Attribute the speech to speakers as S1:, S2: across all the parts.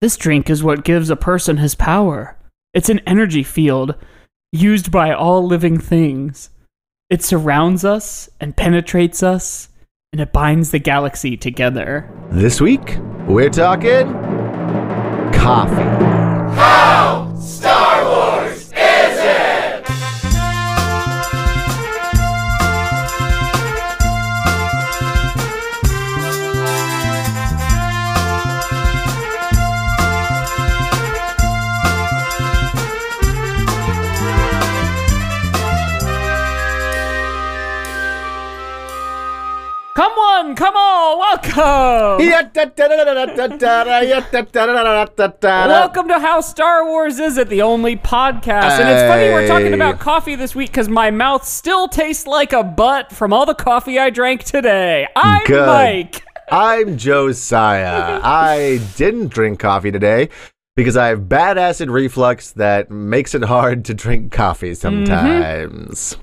S1: This drink is what gives a person his power. It's an energy field used by all living things. It surrounds us and penetrates us, and it binds the galaxy together.
S2: This week, we're talking coffee.
S1: Come on, come on, welcome!
S2: Welcome.
S1: Welcome to How Star Wars Is It, the only podcast. And it's funny we're talking
S2: Hey.
S1: about coffee this week because my mouth still tastes like a butt from all the coffee I drank today. I'm
S2: Good.
S1: Mike.
S2: I'm Josiah. I didn't drink coffee today because I have bad acid reflux that makes it hard to drink coffee
S1: Mm-hmm.
S2: sometimes.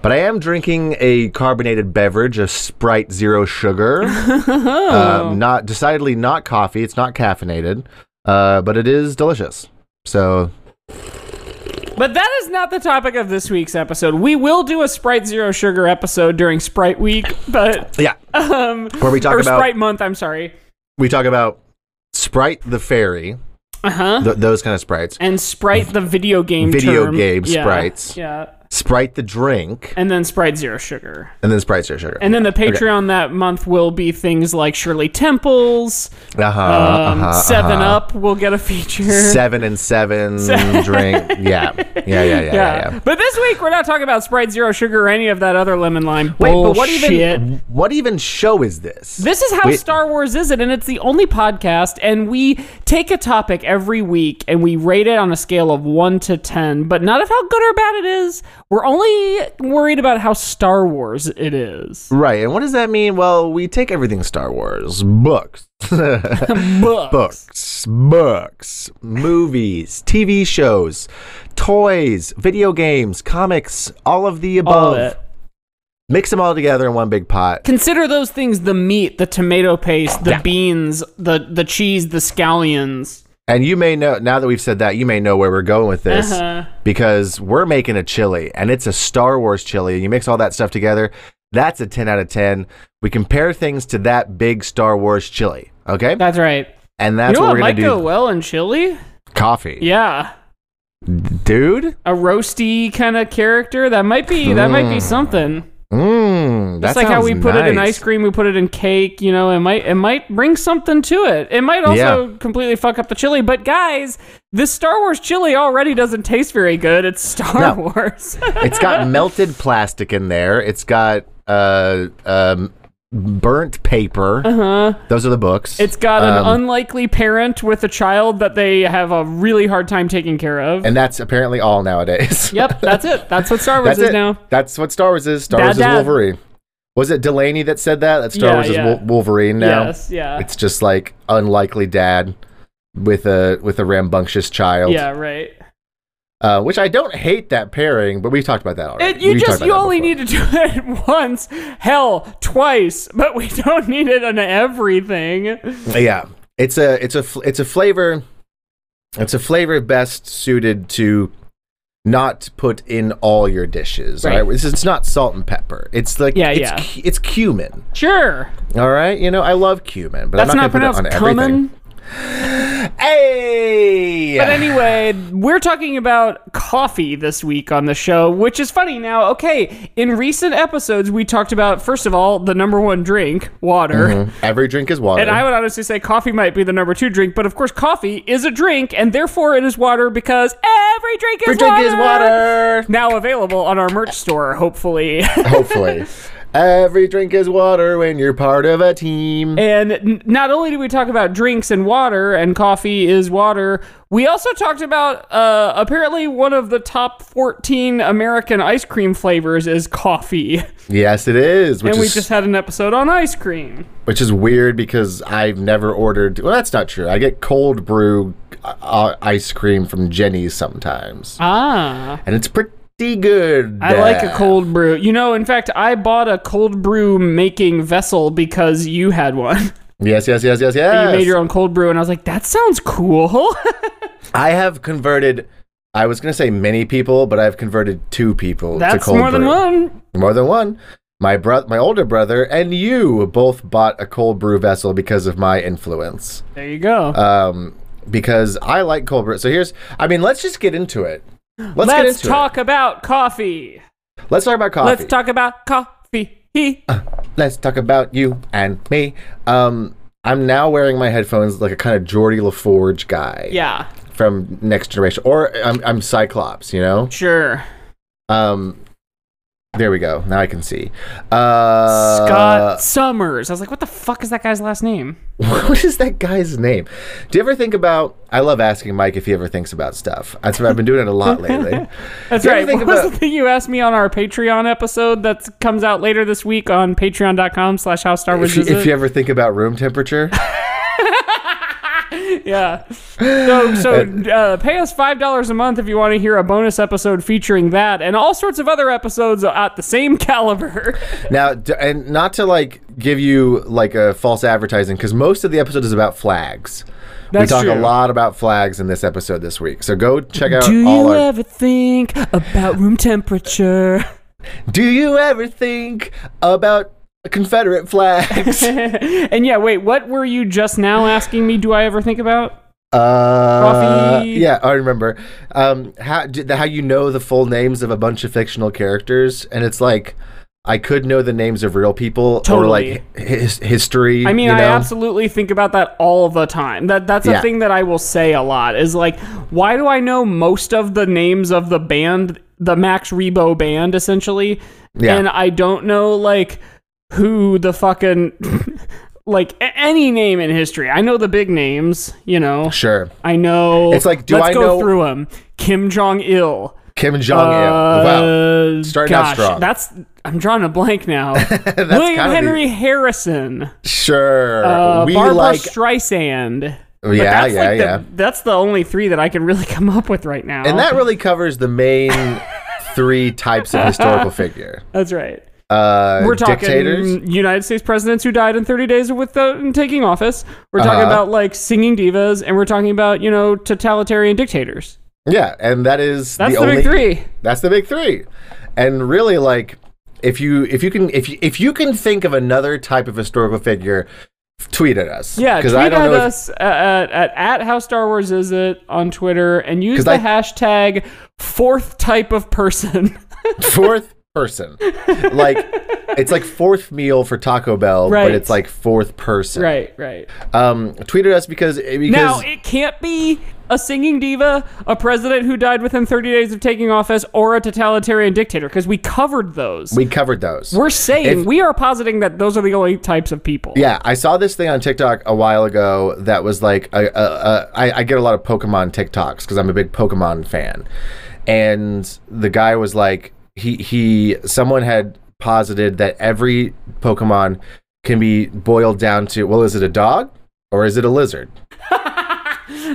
S2: But I am drinking a carbonated beverage, a Sprite Zero Sugar. um, not decidedly not coffee. It's not caffeinated, uh, but it is delicious. So
S1: But that is not the topic of this week's episode. We will do a Sprite Zero Sugar episode during Sprite Week, but
S2: yeah,
S1: um,
S2: where we talk
S1: or
S2: about
S1: Sprite Month, I'm sorry.
S2: we talk about Sprite the fairy,
S1: Uh huh.
S2: th- those kind of sprites.
S1: And Sprite the video game
S2: Video
S1: term.
S2: game
S1: Yeah,
S2: sprites.
S1: Yeah.
S2: Sprite the drink,
S1: And then Sprite Zero Sugar.
S2: and then Sprite Zero Sugar.
S1: And then the Patreon that month will be things like Shirley Temples,
S2: uh-huh,
S1: um,
S2: uh-huh,
S1: 7
S2: uh-huh.
S1: Up will get a feature.
S2: seven and seven drink. Yeah, yeah, yeah, yeah, yeah.
S1: yeah.
S2: yeah.
S1: But this week we're not talking about Sprite Zero Sugar or any of that other lemon lime.
S2: Wait,
S1: bullshit.
S2: but what even what even show is this?
S1: This is how
S2: Wait.
S1: Star Wars is it, and it's the only podcast. And we take a topic every week and we rate it on a scale of one to ten, but not of how good or bad it is. We're only worried about how Star Wars it is.
S2: right? And what does that mean? Well, we take everything Star Wars books.
S1: Books.
S2: books, books, movies, TV shows, toys, video games, comics, all of the
S1: All
S2: above.
S1: of it.
S2: Mix them all together in one big pot.
S1: Consider those things: the meat, the tomato paste, the
S2: Yeah.
S1: beans, the the cheese, the scallions.
S2: And you may know now that we've said that, you may know where we're going with this
S1: Uh-huh.
S2: because we're making a chili and it's a Star Wars chili. And you mix all that stuff together, that's a 10 out of 10. We compare things to that big Star Wars chili, okay?
S1: That's right.
S2: and that's
S1: you know
S2: what
S1: what
S2: we're
S1: might
S2: going to do.
S1: go well in chili?
S2: Coffee.
S1: Yeah,
S2: Dude,
S1: a roasty kind of character. That might be that might be
S2: Mm.
S1: something.
S2: mmm.
S1: That's
S2: That's
S1: like how we put it in ice cream, we put it in cake. You know, it might it might bring something to it. It might also completely fuck up the chili. But guys, this Star Wars chili already doesn't taste very good. It's Star
S2: No.
S1: Wars.
S2: it's got melted plastic in there. It's got uh, um, burnt paper.
S1: uh-huh.
S2: Those are the books.
S1: It's got an
S2: Um,
S1: unlikely parent with a child that they have a really hard time taking care of.
S2: and that's apparently all nowadays.
S1: yep, that's it. That's what Star Wars
S2: that's
S1: is
S2: it.
S1: now.
S2: That's what Star Wars is. Star
S1: Dad,
S2: Wars
S1: Dad.
S2: is Wolverine. Was it Delaney that said that? That Star
S1: Yeah,
S2: Wars
S1: yeah.
S2: is Wol- Wolverine now.
S1: Yes, yeah.
S2: It's just like unlikely dad with a with a rambunctious child.
S1: Yeah, right.
S2: Uh, which I don't hate that pairing, but we've talked about that already.
S1: It, you
S2: We've talked
S1: just
S2: about
S1: you
S2: that
S1: only
S2: before.
S1: need to do it once, hell, twice, but we don't need it on everything.
S2: yeah it's a it's a fl- it's a flavor it's a flavor best suited to not put in all your dishes
S1: Right.
S2: all right it's, it's not salt and pepper it's like
S1: Yeah,
S2: it's,
S1: yeah.
S2: cu- it's cumin
S1: Sure.
S2: all right you know i love cumin but
S1: That's
S2: i'm
S1: not
S2: not, gonna
S1: pronounced
S2: put it on
S1: "comin."
S2: everything hey
S1: But anyway, we're talking about coffee this week on the show, which is funny now. Okay, in recent episodes, we talked about, first of all, the number one drink, water.
S2: Mhm. every drink is water
S1: And I would honestly say coffee might be the number two drink, but of course, coffee is a drink, and therefore it is water because every drink is
S2: every
S1: water.
S2: drink is water
S1: Now available on our merch store, hopefully.
S2: hopefully every drink is water when you're part of a team
S1: And n- not only did we talk about drinks and water, and coffee is water, we also talked about uh, apparently one of the top 14 American ice cream flavors is coffee.
S2: yes it is which
S1: And we
S2: is
S1: just had an episode on ice cream.
S2: which is weird because I've never ordered. Well, that's not true. I get cold brew uh, ice cream from Jenny's sometimes,
S1: Ah.
S2: and it's pretty good.
S1: I like a
S2: Uh,
S1: cold brew. You know, in fact, I bought a cold brew making vessel because you had one.
S2: Yes, yes, yes, yes,
S1: But
S2: yes.
S1: You made your own cold brew, and I was like, that sounds cool.
S2: I have converted. I was gonna say many people, but I've converted two people to
S1: That's
S2: cold
S1: more than
S2: brew.
S1: one.
S2: More than one. My bro- my older brother, and you both bought a cold brew vessel because of my influence.
S1: There you go.
S2: Um, because I like cold brew. So here's. I mean, let's just get into it. Let's, get
S1: Let's
S2: into
S1: talk about coffee.
S2: it. Let's talk about coffee.
S1: Let's talk about coffee.
S2: let's talk about you and me. Um, I'm now wearing my headphones like a kind of Geordie LaForge guy
S1: Yeah,
S2: from Next Generation, or I'm, I'm Cyclops, you know.
S1: sure.
S2: Um, there we go. Now I can see. Uh,
S1: Scott Summers. I was like, what the fuck is that guy's last name?
S2: What is that guy's name? Do you ever think about? I love asking Mike if he ever thinks about stuff. That's what I've been doing it a lot lately.
S1: That's
S2: You
S1: right. What
S2: ever think
S1: was
S2: about-
S1: the thing you asked me on our Patreon episode that comes out later this week on patreon.com slash how Star Wars
S2: If you,
S1: is
S2: if
S1: it?
S2: you ever think about room temperature,
S1: Yeah. So, so uh, pay us $5 a month if you want to hear a bonus episode featuring that and all sorts of other episodes at the same caliber.
S2: Now, d- and not to like give you like a false advertising, because most of the episode is about flags.
S1: That's
S2: we talk
S1: true.
S2: a lot about flags in this episode this week. So go check out
S1: Do
S2: all
S1: you
S2: our.
S1: ever think about room temperature?
S2: Do you ever think about Confederate flags? uh,
S1: and yeah, wait, what were you just now asking me? Do I ever think about? Coffee.
S2: Uh, Yeah, I remember. Um, how d- the- how you know the full names of a bunch of fictional characters, and it's like. I could know the names of real people or
S1: Totally.
S2: like his, history.
S1: I mean,
S2: you know?
S1: I absolutely think about that all the time. That that's a
S2: Yeah.
S1: thing that I will say a lot is like, why do I know most of the names of the band, the Max Rebo band, essentially,
S2: Yeah.
S1: and I don't know like who the fucking like a- any name in history. I know the big names, you know.
S2: sure.
S1: I know.
S2: It's like, do
S1: let's
S2: I
S1: go
S2: know-
S1: through them? Kim Jong Il.
S2: Kim Jong Il. wow,
S1: Uh,
S2: Starting out
S1: gosh,
S2: strong.
S1: That's I'm drawing a blank now.
S2: gotta
S1: William
S2: be-
S1: Henry Harrison,
S2: Sure.
S1: uh,
S2: we
S1: Barbara
S2: like.
S1: Streisand. But
S2: yeah,
S1: that's
S2: yeah,
S1: like the,
S2: yeah.
S1: That's the only three that I can really come up with right now.
S2: And that really covers the main three types of historical figure.
S1: that's right.
S2: Uh,
S1: We're talking
S2: dictators.
S1: United States presidents who died in 30 days with the, in taking office. We're talking
S2: Uh-huh.
S1: about like singing divas, and we're talking about you know totalitarian dictators.
S2: Yeah, and that is
S1: That's the,
S2: only,
S1: big three.
S2: That's the big three. And really, like, if you if you can if you, if you can think of another type of historical figure, tweet at us.
S1: Yeah, tweet
S2: because I don't
S1: at
S2: know. If,
S1: us at, at, at how Star Wars is it on Twitter and use
S2: 'Cause
S1: the
S2: I-
S1: hashtag fourth type of person.
S2: fourth person, like, it's like fourth meal for Taco Bell,
S1: Right.
S2: but it's like fourth person.
S1: right, right.
S2: Um, tweet at us because because
S1: Now it can't be a singing diva, a president who died within 30 days of taking office, or a totalitarian dictator because we covered those.
S2: we covered those.
S1: We're saying
S2: If-
S1: we are positing that those are the only types of people.
S2: Yeah, I saw this thing on TikTok a while ago that was like, a, a, a, I, I get a lot of Pokemon TikToks because I'm a big Pokemon fan, and the guy was like, he he, someone had posited that every Pokemon can be boiled down to, well, is it a dog or is it a lizard?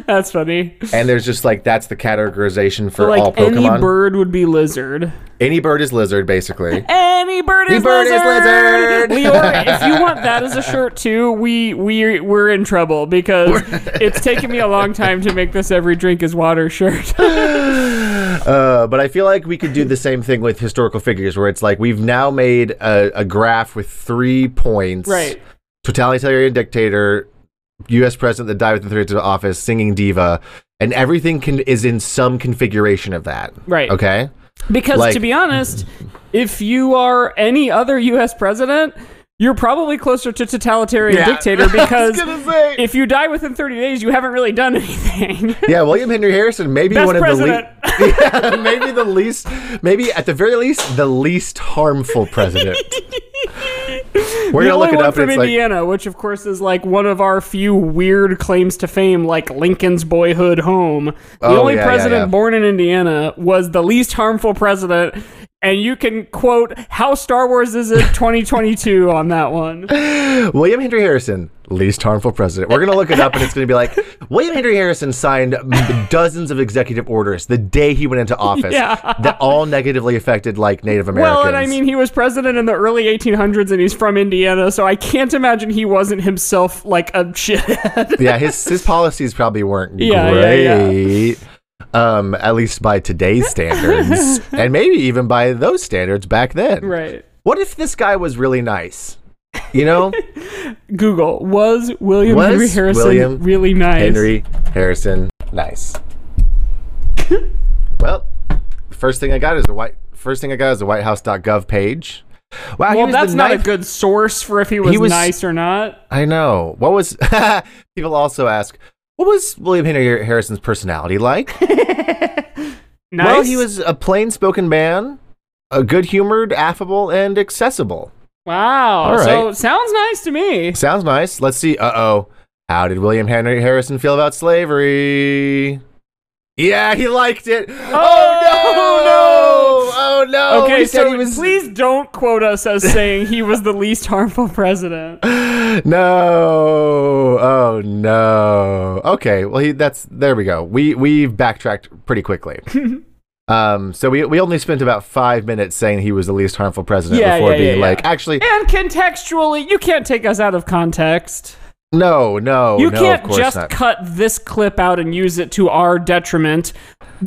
S1: that's funny.
S2: And there's just like that's the categorization for all
S1: like any
S2: Pokemon.
S1: bird would be lizard.
S2: Any bird is lizard, basically.
S1: Any bird is
S2: bird is
S1: lizard.
S2: lizard.
S1: Leora, if you want that as a shirt too, we we we're in trouble because it's taken me a long time to make this every drink is water shirt.
S2: Uh, but I feel like we could do the same thing with historical figures, where it's like we've now made a, a graph with three points.
S1: Right.
S2: Totalitarian dictator, U.S. president that died within three years of office, singing diva, and everything can is in some configuration of that.
S1: Right.
S2: Okay.
S1: Because
S2: Like-
S1: to be honest, if you are any other US president, you're probably closer to totalitarian
S2: Yeah.
S1: dictator because
S2: gonna say.
S1: if you die within 30 days, you haven't really done anything.
S2: Yeah, William Henry Harrison, maybe
S1: Best
S2: one of
S1: president.
S2: the least, yeah, maybe the least, maybe at the very least, the least harmful president. We're
S1: the
S2: gonna
S1: only
S2: look it
S1: one
S2: up.
S1: from
S2: And it's like,
S1: Indiana, which of course is like one of our few weird claims to fame, like Lincoln's boyhood home. The
S2: Oh,
S1: only
S2: yeah, yeah,
S1: president
S2: yeah.
S1: born in Indiana was the least harmful president, and you can quote how Star Wars is it 2022 on that one.
S2: William Henry Harrison, least harmful president. We're gonna look it up, and it's gonna be like William Henry Harrison signed dozens of executive orders the day he went into office
S1: Yeah.
S2: that all negatively affected like Native Americans.
S1: Well, and I mean, he was president in the early 1800s, and he's from Indiana, so I can't imagine he wasn't himself like a shithead.
S2: yeah, his his policies probably weren't
S1: Yeah,
S2: great.
S1: yeah,
S2: Um, at least by today's standards, and maybe even by those standards back then.
S1: right.
S2: What if this guy was really nice? You know,
S1: Google was William
S2: Was
S1: Henry Harrison
S2: William
S1: really nice?
S2: Henry Harrison, nice. well, first thing I got is the white. First thing I got is the WhiteHouse.gov page. Wow, he
S1: Well,
S2: was the
S1: that's not a
S2: ninth-
S1: good source for if he was,
S2: He was-
S1: nice or not.
S2: I know. What was people also ask? What was William Henry Harrison's personality like?
S1: Nice.
S2: Well, he was a plain spoken man, a good humored, affable, and accessible.
S1: Wow.
S2: All
S1: So
S2: right.
S1: sounds nice to me.
S2: Sounds nice. Let's see. Uh oh. How did William Henry Harrison feel about slavery? Yeah, he liked it. Oh, no, no. Oh no.
S1: okay,
S2: He said
S1: so
S2: he was-
S1: please don't quote us as saying he was the least harmful president.
S2: No. Oh no. Okay. Well, he, that's there. We go. We we backtracked pretty quickly. um. So we we only spent about five minutes saying he was the least harmful president
S1: Yeah,
S2: before
S1: yeah, yeah,
S2: being
S1: yeah.
S2: like, actually,
S1: And contextually, you can't take us out of context.
S2: no, no.
S1: you
S2: Oh, no, of
S1: can't
S2: course
S1: just
S2: not.
S1: cut this clip out and use it to our detriment.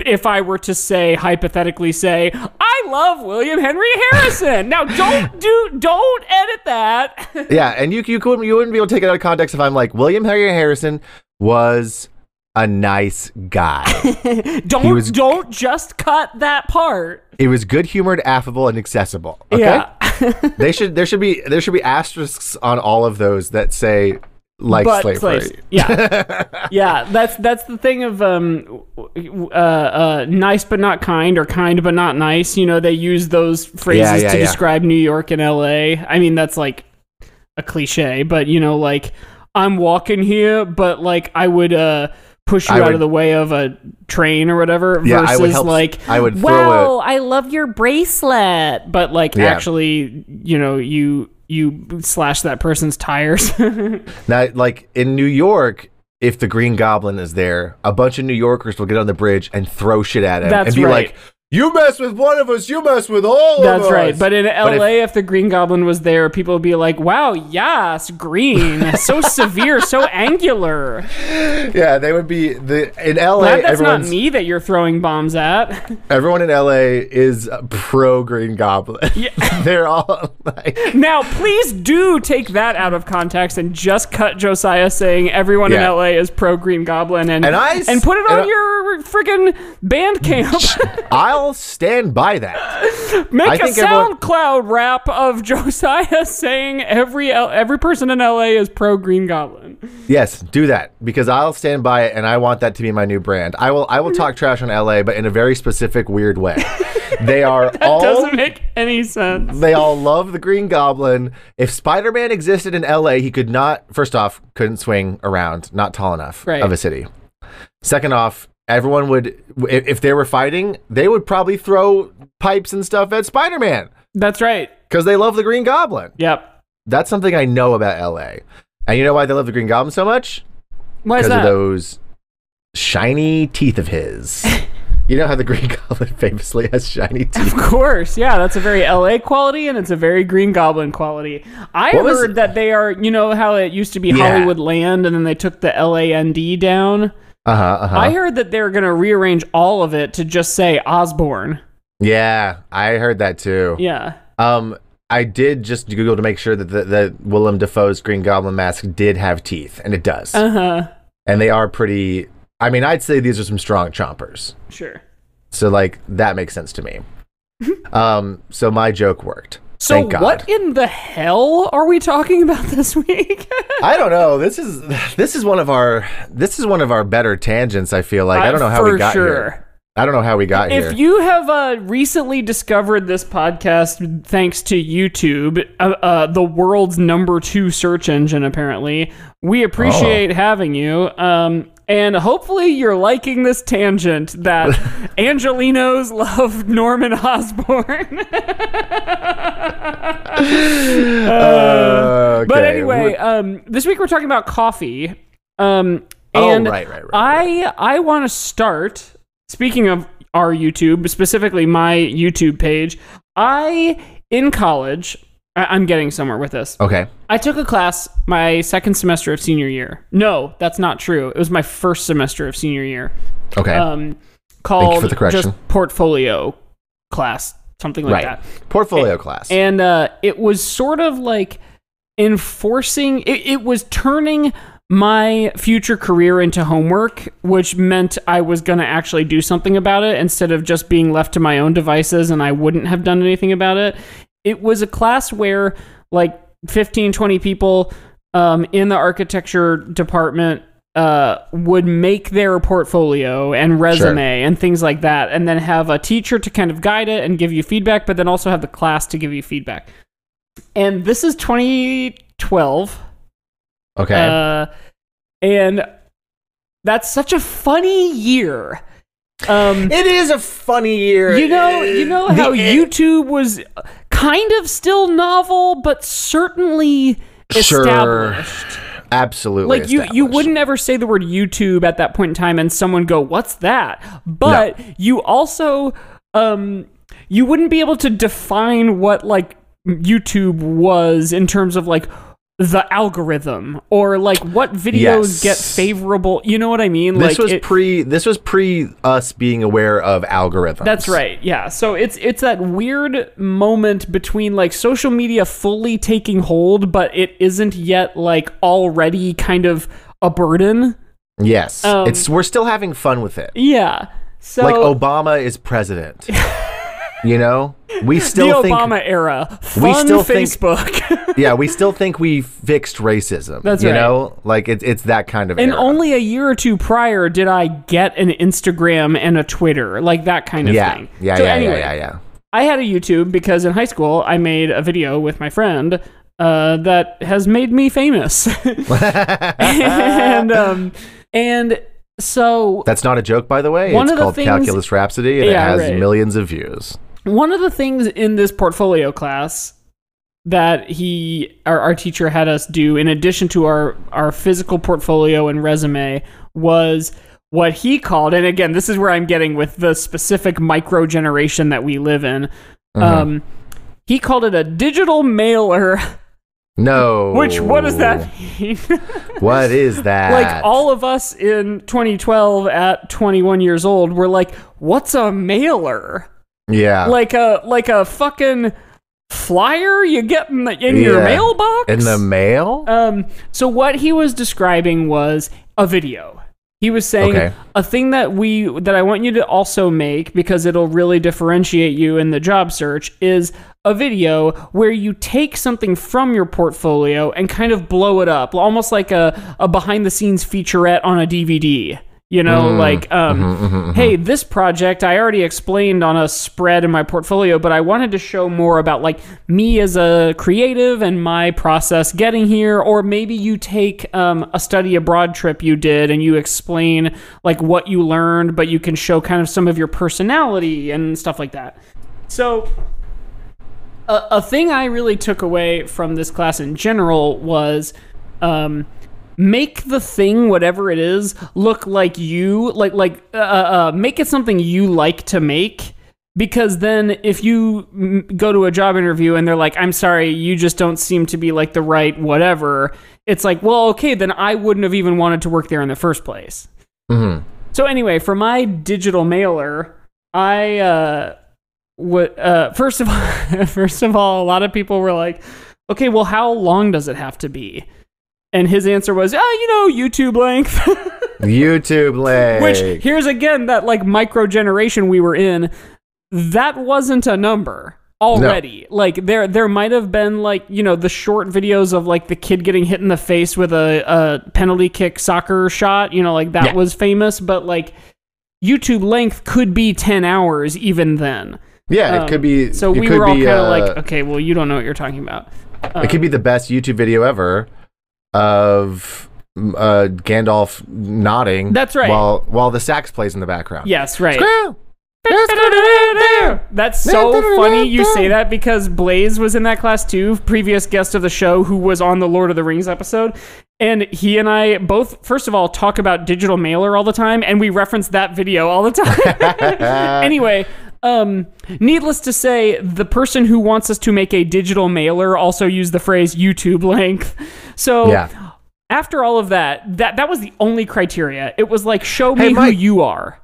S1: If I were to say hypothetically say, "I love William Henry Harrison." now don't do don't edit that.
S2: Yeah, and you you couldn't you wouldn't be able to take it out of context if I'm like William Henry Harrison was a nice guy.
S1: don't
S2: was-
S1: don't just cut that part.
S2: he was good humored, affable, and accessible. Okay,
S1: Yeah.
S2: they should there should be there should be asterisks on all of those that say like
S1: but
S2: slavery.
S1: slaves- Yeah, yeah. That's that's the thing of um, uh, uh, nice but not kind or kind but not nice. You know, they use those phrases
S2: yeah,
S1: to
S2: yeah.
S1: describe New York and L.A. I mean, that's like a cliche, but you know, like I'm walking here, but like I would uh push you
S2: I
S1: out
S2: would-
S1: of the way of a train or whatever.
S2: Yeah, I
S1: versus
S2: would help-
S1: like
S2: I would throw
S1: wow, I love your bracelet, but like
S2: Yeah.
S1: actually, you know, you you slash that person's tires.
S2: Now, like in New York, if the Green Goblin is there, a bunch of New Yorkers will get on the bridge and throw shit at him
S1: That's
S2: and be
S1: right.
S2: like, "You mess with one of us, you mess with all of us."
S1: That's right. But in
S2: if-
S1: LA, if, the Green Goblin was there, people would be like, wow, yes, green. So severe, so angular.
S2: yeah, they would be the in LA.
S1: Glad that's not
S2: everyone's
S1: me that you're throwing bombs at.
S2: everyone in LA is pro Green Goblin. They're all like,
S1: now, please do take that out of context and just cut Josiah saying everyone
S2: Yeah.
S1: in LA is pro Green Goblin and,
S2: And I s-
S1: and put it
S2: and
S1: on
S2: I-
S1: your friggin' band camp.
S2: I'll stand by that. I
S1: Make a
S2: think everyone-
S1: SoundCloud rap of Josiah saying every L- every person in LA is pro Green Goblin.
S2: Yes, do that because I'll stand by it, and I want that to be my new brand. I will. I will talk trash on LA, but in a very specific, weird way. They are all.
S1: Doesn't make any sense.
S2: They all love the Green Goblin. If Spider Man existed in LA, he could not, first off, couldn't swing around, not tall enough
S1: Right.
S2: of a city. Second off, everyone would, i- if they were fighting, they would probably throw pipes and stuff at Spider Man
S1: That's right.
S2: because they love the Green Goblin.
S1: Yep.
S2: That's something I know about LA. And you know why they love the Green Goblin so much?
S1: Why is
S2: Because of
S1: that?
S2: those shiny teeth of his. you know how the Green Goblin famously has shiny teeth?
S1: of course, yeah. That's a very LA quality, and it's a very Green Goblin quality. I
S2: What was-
S1: heard that they are. You know how it used to be
S2: Yeah.
S1: Hollywood Land, and then they took the LAND down.
S2: Uh huh. Uh-huh.
S1: I heard that they're going to rearrange all of it to just say Osborne.
S2: yeah, I heard that too.
S1: Yeah.
S2: Um, I did just Google to make sure that the, that Willem Dafoe's Green Goblin mask did have teeth, and it does.
S1: Uh huh.
S2: and they are pretty. I mean, I'd say these are some strong chompers.
S1: Sure.
S2: So like that makes sense to me. um, so my joke worked.
S1: So
S2: Thank God.
S1: what in the hell are we talking about this week?
S2: I don't know. This is this is one of our this is one of our better tangents. I feel like I don't know how
S1: For
S2: we got
S1: sure.
S2: here. I don't know how we got here.
S1: If you have uh, recently discovered this podcast thanks to YouTube, uh, uh, the
S2: Oh.
S1: world's number two search engine, apparently, we appreciate having you. Um, And hopefully, you're liking this tangent that Angelinos love Norman Osborn.
S2: Uh,
S1: But
S2: okay,
S1: anyway, um, this week we're talking about coffee. Um,
S2: Oh,
S1: and
S2: right, right, right,
S1: I I want to start. Speaking of our YouTube, specifically my YouTube page, I in college. I- I'm getting somewhere with this.
S2: Okay.
S1: I took a class my second semester of senior year. No, that's not true. It was my first semester of senior year.
S2: Okay.
S1: Um, called
S2: the correction.
S1: just portfolio class, something like
S2: right.
S1: that.
S2: Portfolio class.
S1: And uh, it was sort of like enforcing, it, it was turning my future career into homework, which meant I was going to actually do something about it instead of just being left to my own devices and I wouldn't have done anything about it. It was a class where like 15, 20 people um, in the architecture department uh, would make their portfolio and resume and things like that, and then have a teacher to kind of guide it and give you feedback, but then also have the class to give you feedback. And this is 2012.
S2: okay.
S1: Uh, and that's such a funny year. Um,
S2: it is a funny year.
S1: you know, you know
S2: The-
S1: how YouTube was kind of still novel, but certainly
S2: Sure.
S1: established.
S2: absolutely
S1: Like you, you
S2: established.
S1: wouldn't ever say the word YouTube at that point in time, and someone go, "What's that?" But you also, um, you wouldn't be able to define what like YouTube was in terms of like the algorithm or like what videos
S2: Yes.
S1: get favorable. You know what I mean?
S2: This
S1: like
S2: was
S1: it-
S2: pre. This was pre us being aware of algorithms.
S1: that's right. Yeah. So it's it's that weird moment between like social media fully taking hold, but it isn't yet like already kind of a burden.
S2: Yes,
S1: Um,
S2: it's we're still having fun with it.
S1: Yeah. So
S2: like Obama is president. you know, we
S1: the
S2: still think.
S1: Obama era, fun
S2: still think-
S1: Facebook,
S2: Yeah, we still think we fixed racism.
S1: That's
S2: you
S1: right.
S2: know, like it's it's that kind of.
S1: and
S2: era.
S1: only a year or two prior did I get an Instagram and a Twitter, like that kind of
S2: yeah,
S1: thing.
S2: yeah,
S1: so
S2: yeah,
S1: anyway,
S2: yeah, yeah, yeah.
S1: I had a YouTube because in high school I made a video with my friend uh, that has made me famous, and um, and so
S2: That's not a joke, by the way.
S1: One
S2: it's
S1: of the
S2: called
S1: things-
S2: Calculus Rhapsody, and
S1: Yeah,
S2: it has
S1: right.
S2: millions of views.
S1: one of the things in this portfolio class that he our, our teacher had us do in addition to our our physical portfolio and resume was what he called and again this is where i'm getting with the specific micro generation that we live in
S2: Uh-huh. Mm-hmm.
S1: um he called it a digital mailer
S2: No.
S1: which what does that mean
S2: What is that?
S1: like all of us in 2012 at 21 years old were like what's a mailer
S2: Yeah.
S1: like a like a fucking flyer you get in, the, in your
S2: Yeah.
S1: mailbox.
S2: in the mail?
S1: um, so what he was describing was a video. He was saying
S2: Okay.
S1: a thing that we that I want you to also make because it'll really differentiate you in the job search is a video where you take something from your portfolio and kind of blow it up, almost like a a behind the scenes featurette on a DVD. You know,
S2: Mm.
S1: like um,
S2: Mm-hmm,
S1: hey, this project I already explained on a spread in my portfolio, but I wanted to show more about like me as a creative and my process getting here. Or maybe you take um, a study abroad trip you did and you explain like what you learned, but you can show kind of some of your personality and stuff like that. So a, a thing I really took away from this class in general was um, make the thing, whatever it is, look like you like like uh, uh, uh, make it something you like to make. Because then, if you mm, go to a job interview and they're like, "I'm sorry, you just don't seem to be like the right whatever," it's like, "Well, okay, then I wouldn't have even wanted to work there in the first place."
S2: Mm-hmm.
S1: So anyway, for my digital mailer, I uh, what uh, first of all, first of all, a lot of people were like, "Okay, well, how long does it have to be?" And his answer was, "Oh, you know, YouTube length."
S2: YouTube link.
S1: Which here's again that like micro generation we were in, that wasn't a number already. Like there there might have been like, you know, the short videos of like the kid getting hit in the face with a, a penalty kick soccer shot, you know, like that
S2: Yeah.
S1: was famous, but like YouTube length could be 10 hours even then.
S2: yeah,
S1: Um,
S2: it could be.
S1: So
S2: it
S1: we
S2: could
S1: were all
S2: be,
S1: kind of
S2: uh,
S1: like, okay, well, you don't know what you're talking about.
S2: it could be the best YouTube video ever of uh, Gandalf nodding.
S1: That's right.
S2: While while the sax plays in the background.
S1: Yes, right.
S2: Squirrel!
S1: That's so funny you say that because Blaze was in that class too, previous guest of the show who was on the Lord of the Rings episode. And he and I both, first of all, talk about digital mailer all the time, and we reference that video all the time. anyway, um, needless to say, the person who wants us to make a digital mailer also used the phrase YouTube length. So
S2: Yeah.
S1: after all of that, that that was the only criteria. It was like, show me
S2: Hey,
S1: who
S2: Mike.
S1: you are.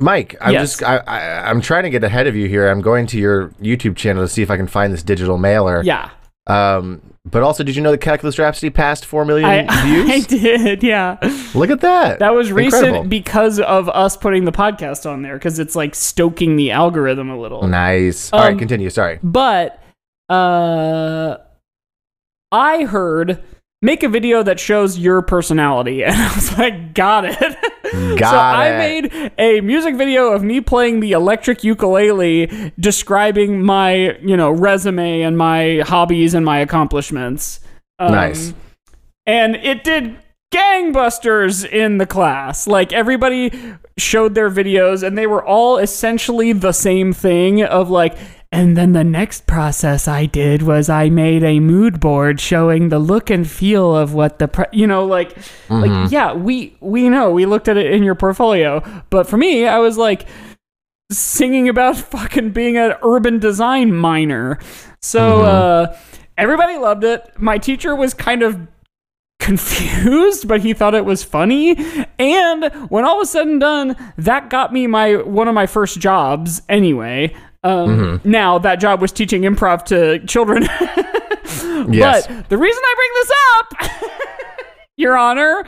S2: Mike, I'm
S1: Yes.
S2: just I, I I'm trying to get ahead of you here. I'm going to your YouTube channel to see if I can find this digital mailer.
S1: Yeah.
S2: Um, but also, did you know that Calculus Rhapsody passed four million
S1: I, I
S2: views?
S1: did, yeah.
S2: Look at that.
S1: That was recent
S2: Incredible.
S1: because of us putting the podcast on there because it's like stoking the algorithm a little.
S2: nice. All
S1: Um,
S2: right, continue. Sorry.
S1: But uh I heard make a video that shows your personality and I was like, got it. so
S2: Got
S1: I
S2: it.
S1: made a music video of me playing the electric ukulele describing my, you know, resume and my hobbies and my accomplishments. Um,
S2: nice.
S1: and it did gangbusters in the class. Like everybody showed their videos and they were all essentially the same thing of like and then the next process I did was I made a mood board showing the look and feel of what the pre- you know like like yeah, we we know we looked at it in your portfolio, but for me I was like singing about fucking being an urban design minor. So uh, everybody loved it. My teacher was kind of confused, but he thought it was funny. And when all was said and done, that got me my one of my first jobs anyway. Um, Now that job was teaching improv to children.
S2: Yes.
S1: But the reason I bring this up, Your Honor,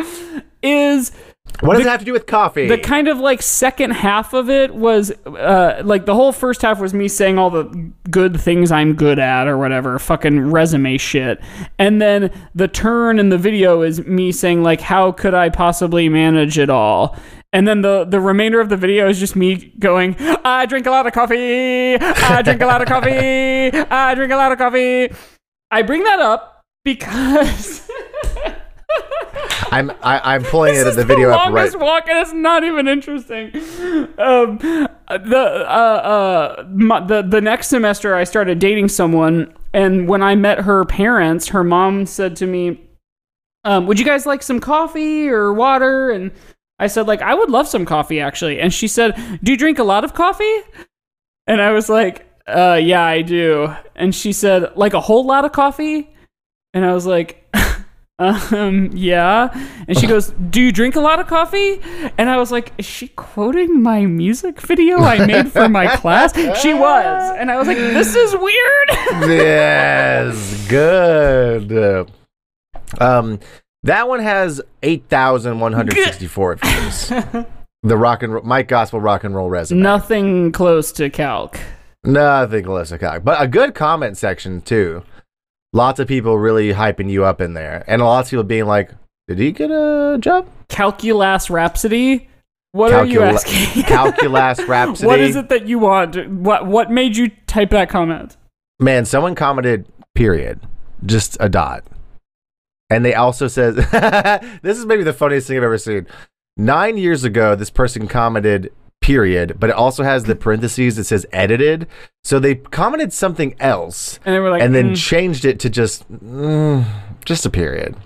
S1: is
S2: what does it have to do with coffee?
S1: the kind of like second half of it was uh, like the whole first half was me saying all the good things I'm good at or whatever, fucking resume shit. And then the turn in the video is me saying like, how could I possibly manage it all? And then the, the remainder of the video is just me going, I drink a lot of coffee. I drink a lot of coffee. I drink a lot of coffee. I bring that up because
S2: I'm I, I'm pulling it at the video
S1: the
S2: up right.
S1: longest walk, and it's not even interesting. Um, the uh, uh, my, the the next semester, I started dating someone, and when I met her parents, her mom said to me, um, "Would you guys like some coffee or water?" And I said, "Like, I would love some coffee, actually." And she said, "Do you drink a lot of coffee?" And I was like, uh, "Yeah, I do." And she said, "Like a whole lot of coffee?" And I was like, um, yeah. And she goes, Do you drink a lot of coffee? And I was like, Is she quoting my music video I made for my class? She was. And I was like, This is weird.
S2: yes, good. Um, that one has eight thousand one hundred sixty-four views. The rock and roll, Mike Gospel rock and roll resume.
S1: Nothing close to calc.
S2: Nothing less a cock, but a good comment section too. Lots of people really hyping you up in there, and lots of people being like, "Did he get a job?"
S1: Calculus Rhapsody? What are you
S2: Calcula-
S1: asking?
S2: Calculus Rhapsody.
S1: what is it that you want? What what made you type that comment?
S2: Man, someone commented, period. Just a dot. And they also said, this is maybe the funniest thing I've ever seen. Nine years ago, this person commented, period, but it also has the parentheses that says edited. So they commented something else
S1: And they were like,
S2: and then
S1: "Mm,
S2: changed it to just, mm, just a period.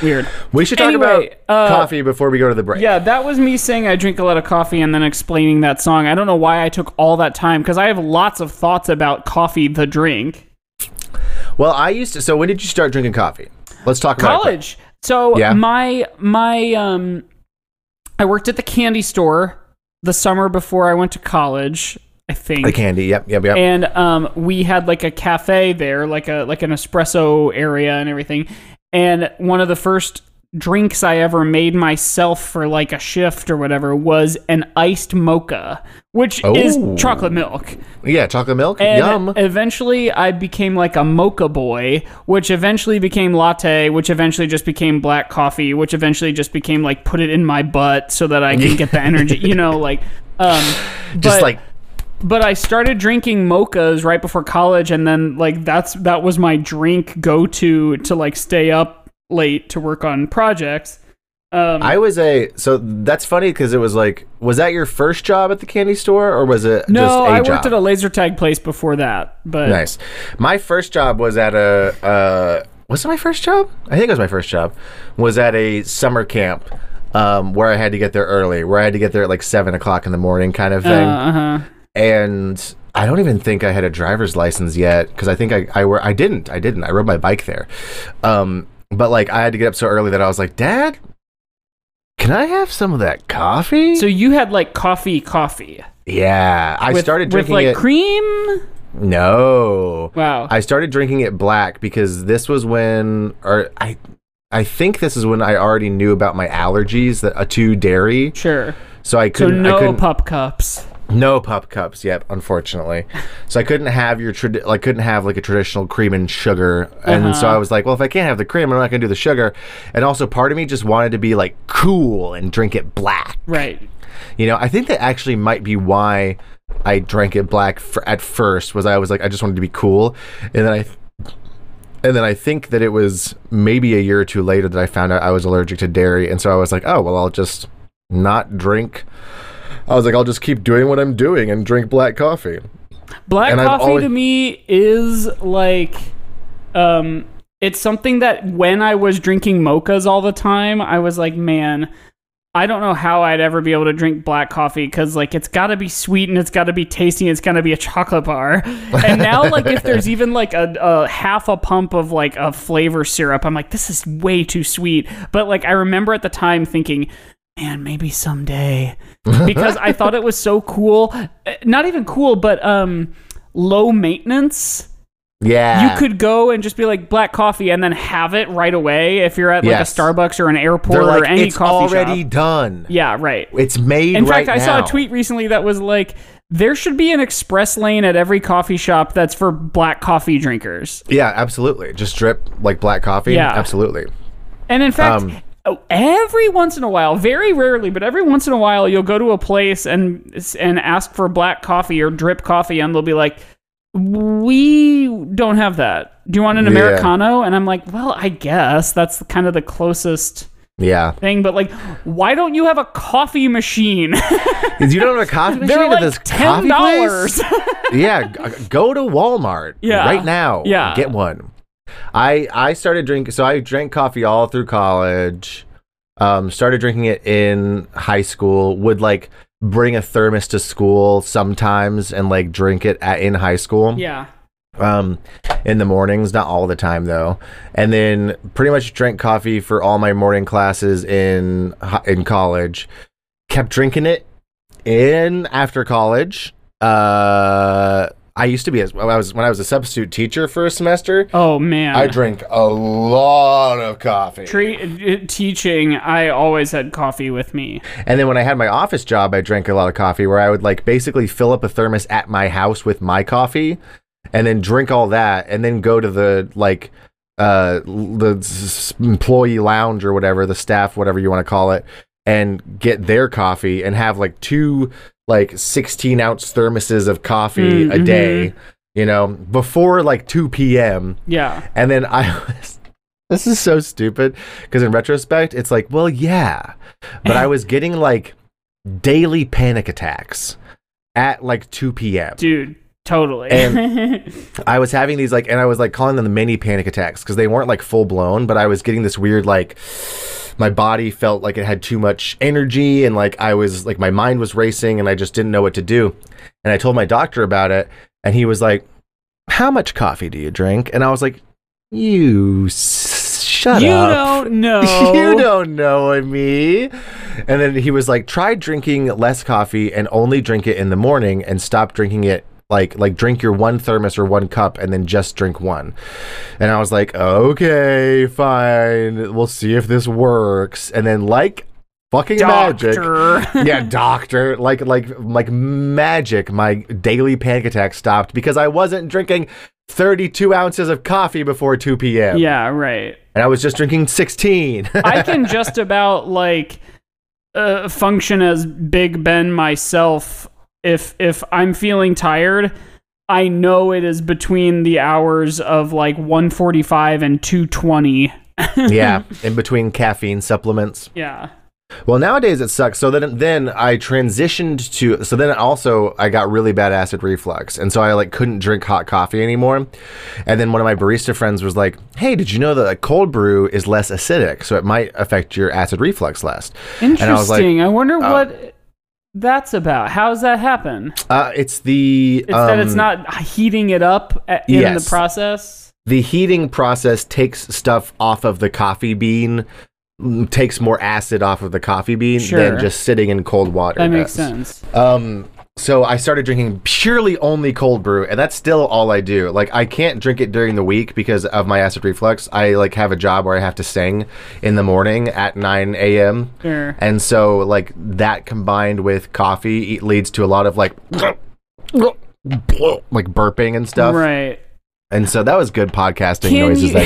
S1: weird.
S2: We should talk
S1: Anyway,
S2: about
S1: uh,
S2: coffee before we go to the break.
S1: Yeah, that was me saying I drink a lot of coffee and then explaining that song. I don't know why I took all that time because I have lots of thoughts about coffee, the drink.
S2: Well, I used to. So when did you start drinking coffee? Let's talk about it.
S1: College. So
S2: Yeah.
S1: my my um, I worked at the candy store the summer before I went to college. I think
S2: The candy. Yep, yep, yep.
S1: and um, we had like a cafe there, like a like an espresso area and everything. And one of the first drinks I ever made myself for like a shift or whatever was an iced mocha, which is
S2: Oh.
S1: chocolate milk.
S2: yeah, chocolate milk.
S1: And
S2: Yum.
S1: eventually I became like a mocha boy, which eventually became latte, which eventually just became black coffee, which eventually just became like put it in my butt so that I can get the energy, you know, like um
S2: just
S1: but-
S2: like
S1: but I started drinking mochas right before college, and then like that's that was my drink go to to like stay up late to work on projects. Um,
S2: I was a so that's funny because it was like, was that your first job at the candy store or was it
S1: no,
S2: just a
S1: I
S2: job?
S1: worked at a laser tag place before that, but
S2: Nice. My first job was at a. Uh, was it my first job? I think it was my first job. Was at a summer camp um, where I had to get there early, where I had to get there at like seven o'clock in the morning, kind of
S1: uh,
S2: thing.
S1: uh-huh.
S2: And I don't even think I had a driver's license yet because I think I I were I didn't I didn't I rode my bike there, um, but like I had to get up so early that I was like, Dad, can I have some of that coffee?
S1: So you had like coffee, coffee.
S2: yeah, I
S1: with-
S2: started
S1: with
S2: drinking
S1: like
S2: it.
S1: cream.
S2: no,
S1: Wow.
S2: I started drinking it black because this was when, or I, I think this is when I already knew about my allergies that uh, to dairy,
S1: sure.
S2: so I
S1: So
S2: couldn't. I
S1: no
S2: couldn't,
S1: pup cups.
S2: no pup cups. Yep, unfortunately, so I couldn't have your trad. like couldn't have like a traditional cream and sugar, and so I was like, well, if I can't have the cream, I'm not gonna do the sugar, and also part of me just wanted to be like cool and drink it black.
S1: Right.
S2: You know, I think that actually might be why I drank it black f at first. Was I was like, I just wanted to be cool, and then I, and then I think that it was maybe a year or two later that I found out I was allergic to dairy, and so I was like, oh well, I'll just not drink. I was like, I'll just keep doing what I'm doing and drink black coffee.
S1: Black
S2: And I've
S1: coffee
S2: always-
S1: to me is like um it's something that when I was drinking mochas all the time, I was like, man, I don't know how I'd ever be able to drink black coffee cuz like it's got to be sweet and it's got to be tasty and it's got to be a chocolate bar. And now like if there's even like a, a half a pump of like a flavor syrup, I'm like this is way too sweet. But like I remember at the time thinking, man, maybe someday because I thought it was so cool. Uh, Not even cool, but um, low maintenance.
S2: Yeah,
S1: You could go and just be like black coffee and then have it right away if you're at like
S2: Yes.
S1: a Starbucks or an airport
S2: They're
S1: or
S2: like,
S1: any
S2: it's
S1: coffee
S2: already
S1: shop.
S2: done.
S1: Yeah, right.
S2: It's made
S1: In
S2: right
S1: fact, I saw
S2: now.
S1: a tweet recently that was like, there should be an express lane at every coffee shop that's for black coffee drinkers.
S2: Yeah, absolutely. Just drip like black coffee.
S1: Yeah.
S2: absolutely.
S1: And in fact,
S2: Um,
S1: oh, every once in a while, very rarely, but every once in a while, you'll go to a place and and ask for black coffee or drip coffee, and they'll be like, "We don't have that. Do you want an
S2: Yeah.
S1: americano?" And I'm like, "Well, I guess that's kind of the closest."
S2: Yeah.
S1: Thing, but like, why don't you have a coffee machine?
S2: Is you don't have a coffee machine
S1: They're
S2: at
S1: like
S2: this
S1: ten
S2: coffee
S1: dollars.
S2: place? yeah, g- uh, go to Walmart
S1: Yeah.
S2: right now.
S1: Yeah.
S2: get one. I I started drinking. So I drank coffee all through college. Um, started drinking it in high school. Would like bring a thermos to school sometimes and like drink it at, in high school
S1: yeah,
S2: um, in the mornings, not all the time though. And then pretty much drank coffee for all my morning classes in hi- in college. Kept drinking it in after college. Uh, I used to be as well. I was when I was a substitute teacher for a semester.
S1: oh man,
S2: I drank a lot of coffee.
S1: Tre- uh, teaching. I always had coffee with me.
S2: And then when I had my office job, I drank a lot of coffee where I would like basically fill up a thermos at my house with my coffee and then drink all that and then go to the like uh l- the s- employee lounge or whatever, the staff whatever you want to call it and get their coffee and have like two like 16 ounce thermoses of coffee
S1: Mm,
S2: a day, you know, before like 2 p.m.
S1: Yeah,
S2: And then I was, this is so stupid because in retrospect, it's like, well, yeah, but I was getting like daily panic attacks at like 2 p.m.
S1: dude, totally.
S2: I was having these like, and I was like calling them the mini panic attacks because they weren't like full blown, but I was getting this weird like, my body felt like it had too much energy and like I was like my mind was racing and I just didn't know what to do. And I told my doctor about it and he was like, How much coffee do you drink? And I was like, You s- shut
S1: you
S2: up.
S1: don't know.
S2: You don't know me. And then he was like, try drinking less coffee and only drink it in the morning and stop drinking it like like drink your one thermos or one cup and then just drink one. And I was like, okay, fine. We'll see if this works. And then like fucking magic
S1: Doctor.
S2: yeah, doctor, like like like magic, my daily panic attack stopped because I wasn't drinking 32 ounces of coffee before 2 p.m.
S1: yeah, right.
S2: and I was just drinking 16.
S1: I can just about like uh, function as Big Ben myself if if I'm feeling tired. I know it is between the hours of like 1:45 and 2:20
S2: yeah, in between caffeine supplements.
S1: Yeah.
S2: Well, nowadays it sucks. So then, then I transitioned to. So then also I got really bad acid reflux, and so I like couldn't drink hot coffee anymore. And then one of my barista friends was like, "Hey, did you know that a cold brew is less acidic, so it might affect your acid reflux less?" And
S1: Interesting.
S2: I was like,
S1: I wonder what that's about. How does that happen?
S2: uh, "It's the
S1: It's that it's
S2: um,
S1: not heating it up a- in
S2: yes.
S1: the process.
S2: the heating process takes stuff off of the coffee bean." mm, Takes more acid off of the coffee bean
S1: Sure.
S2: than just sitting in cold water.
S1: That makes
S2: does.
S1: sense.
S2: Um, so I started drinking purely only cold brew, and that's still all I do. Like I can't drink it during the week because of my acid reflux. I like have a job where I have to sing in the morning at 9 a.m.
S1: Sure.
S2: And so like that combined with coffee it leads to a lot of like like burping and stuff.
S1: Right.
S2: And so that was good podcasting noises I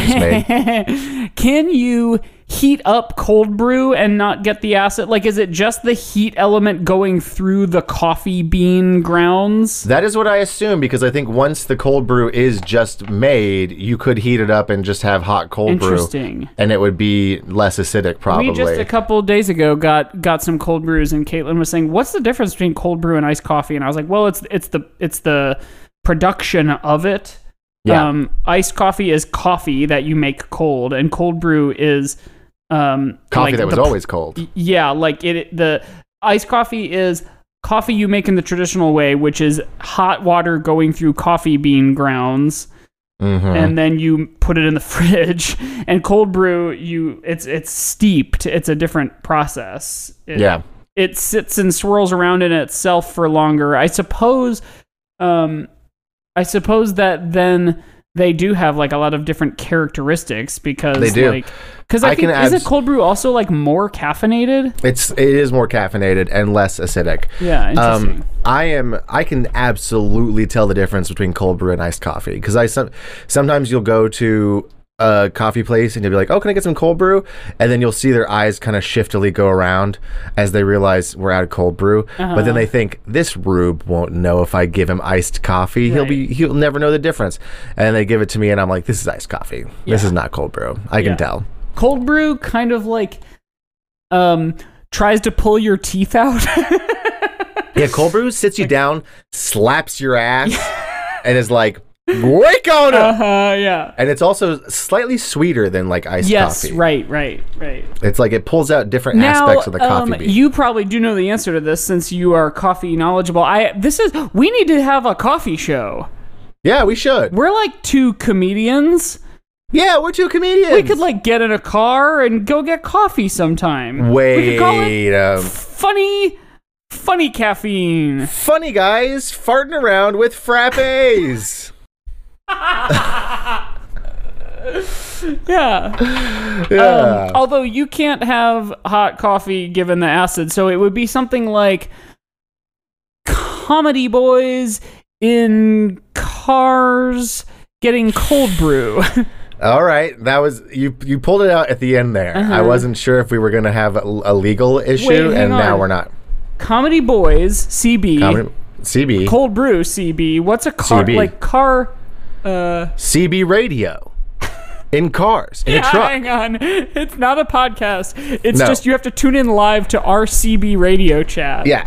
S2: just made.
S1: can you heat up cold brew and not get the acid? Like, is it just the heat element going through the coffee bean grounds?
S2: That is what I assume because I think once the cold brew is just made, you could heat it up and just have hot cold brew.
S1: Interesting.
S2: and it would be less acidic probably.
S1: We just a couple days ago got got some cold brews, and Caitlin was saying, "What's the difference between cold brew and iced coffee?" And I was like, "Well, it's it's the it's the production of it.
S2: Yeah.
S1: Um, iced coffee is coffee that you make cold, and cold brew is um,
S2: Coffee
S1: like
S2: that was
S1: the
S2: always cold.
S1: yeah like it the iced coffee is coffee you make in the traditional way which is hot water going through coffee bean grounds
S2: hmm
S1: and then you put it in the fridge and cold brew you it's it's steeped it's a different process It-
S2: yeah.
S1: it sits and swirls around in itself for longer. I suppose, um, I suppose that then they do have like a lot of different characteristics because
S2: They do.
S1: because I,
S2: I
S1: think
S2: can
S1: is
S2: abs-
S1: it cold brew also like more caffeinated?
S2: It's it is more caffeinated and less acidic.
S1: Yeah, interesting.
S2: Um, I am. I can absolutely tell the difference between cold brew and iced coffee because I some, sometimes you'll go to a coffee place and you'll be like, "Oh, can I get some cold brew?" And then you'll see their eyes kind of shiftily go around as they realize we're out of cold brew. But
S1: Uh-huh.
S2: then they think this rube won't know if I give him iced coffee. He'll be he'll never know the difference. And they give it to me, and I'm like, "This is iced coffee. This is not cold brew. I
S1: Yeah.
S2: can tell."
S1: cold brew kind of like um tries to pull your teeth out. Uh,
S2: Yeah, cold brew sits you down, slaps your ass, and is like, "Wake on up!"
S1: uh, yeah.
S2: And it's also slightly sweeter than like iced
S1: Yes,
S2: coffee.
S1: right, right, right.
S2: It's like it pulls out different
S1: now,
S2: aspects of the coffee
S1: um,
S2: bean.
S1: You probably do know the answer to this since you are coffee knowledgeable. I this is we need to have a coffee show.
S2: yeah, we should.
S1: We're like two comedians.
S2: yeah, we're two comedians.
S1: We could like get in a car and go get coffee sometime. We could call it
S2: Wait, um,
S1: funny funny caffeine.
S2: funny guys farting around with
S1: Um,
S2: frappes.
S1: Yeah.
S2: yeah.
S1: Um, although you can't have hot coffee given the acid, so it would be something like comedy boys in cars getting cold brew.
S2: All right, that was you. You pulled it out at the end there. I wasn't sure if we were gonna have a, a legal issue,
S1: Uh-huh. Wait, hang
S2: and now
S1: on.
S2: we're not.
S1: comedy boys CB
S2: Comment- CB
S1: cold brew CB. What's a car
S2: CB.
S1: like car? Uh,
S2: CB radio in cars in a truck.
S1: hang on, it's not a podcast. It's
S2: No.
S1: just you have to tune in live to our CB radio chat.
S2: Yeah,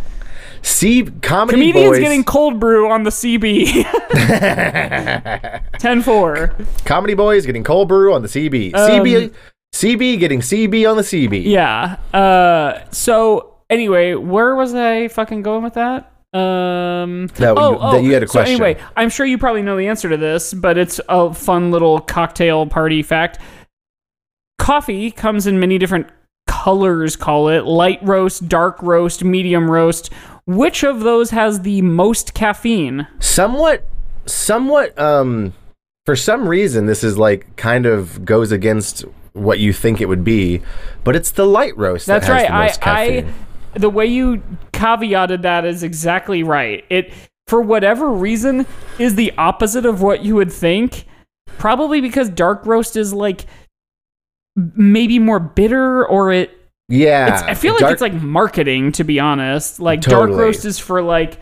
S2: C comedy
S1: Comedians
S2: boys.
S1: getting cold brew on the CB. 10 4.
S2: Comedy Boys getting cold brew on the CB. CB CB getting CB on the CB.
S1: Um, Yeah. Uh, so anyway, where was I fucking going with that? Um,
S2: That
S1: oh,
S2: you-
S1: oh,
S2: that you had a question.
S1: So anyway, I'm sure you probably know the answer to this, but it's a fun little cocktail party fact. Coffee comes in many different colors. Call it light roast, dark roast, medium roast. Which of those has the most caffeine?
S2: Somewhat somewhat um for some reason this is like kind of goes against what you think it would be, but it's the light roast
S1: That's
S2: that has
S1: right.
S2: the most
S1: I,
S2: caffeine.
S1: I, the way you caveated that is exactly right. It, for whatever reason, is the opposite of what you would think. Probably because dark roast is like maybe more bitter, or it.
S2: yeah.
S1: It's, I feel like
S2: dark-
S1: it's like marketing, to be honest. Like dark
S2: Totally.
S1: roast is for like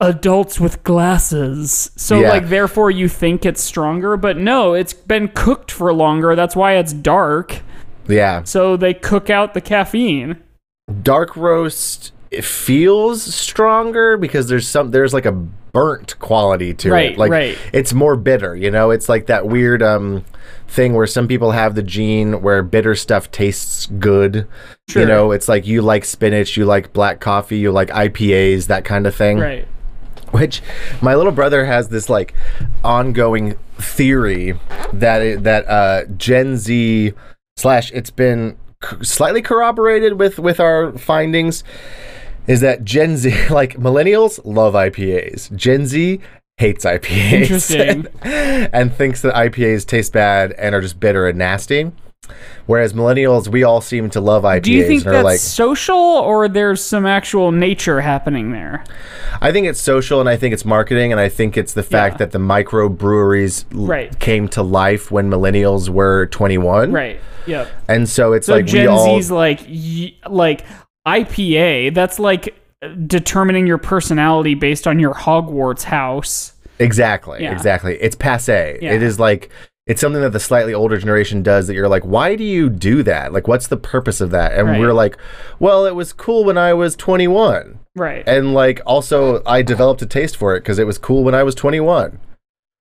S1: adults with glasses. So
S2: Yeah.
S1: like therefore you think it's stronger, but no, it's been cooked for longer. That's why it's dark.
S2: Yeah.
S1: So they cook out the caffeine.
S2: Dark roast it feels stronger because there's some there's like a burnt quality to
S1: Right,
S2: it. Like
S1: right.
S2: it's more bitter, you know? It's like that weird um thing where some people have the gene where bitter stuff tastes good.
S1: Sure.
S2: You know, it's like you like spinach, you like black coffee, you like IPAs, that kind of thing.
S1: Right.
S2: which my little brother has this like ongoing theory that it, that uh, Gen Z slash it's been c- slightly corroborated with with our findings is that Gen Z like millennials love IPAs, Gen Z hates IPAs,
S1: Interesting.
S2: and, and thinks that IPAs taste bad and are just bitter and nasty. Whereas millennials, we all seem to love IPAs
S1: Do you think
S2: and are
S1: that's
S2: like,
S1: social or there's some actual nature happening there?
S2: I think it's social, and I think it's marketing, and I think it's the fact
S1: Yeah.
S2: that the microbreweries l-
S1: Right.
S2: came to life when millennials were 21,
S1: Right. Yep.
S2: And so it's
S1: So
S2: like
S1: Gen
S2: we all
S1: Z's like y- like IPA. That's like determining your personality based on your Hogwarts house.
S2: exactly,
S1: Yeah.
S2: exactly. It's passe.
S1: Yeah.
S2: It is like it's something that the slightly older generation does. That you're like, why do you do that? Like, what's the purpose of that? And
S1: Right.
S2: we're like, well, it was cool when I was 21,
S1: Right.
S2: and like also I developed a taste for it because it was cool when I was 21.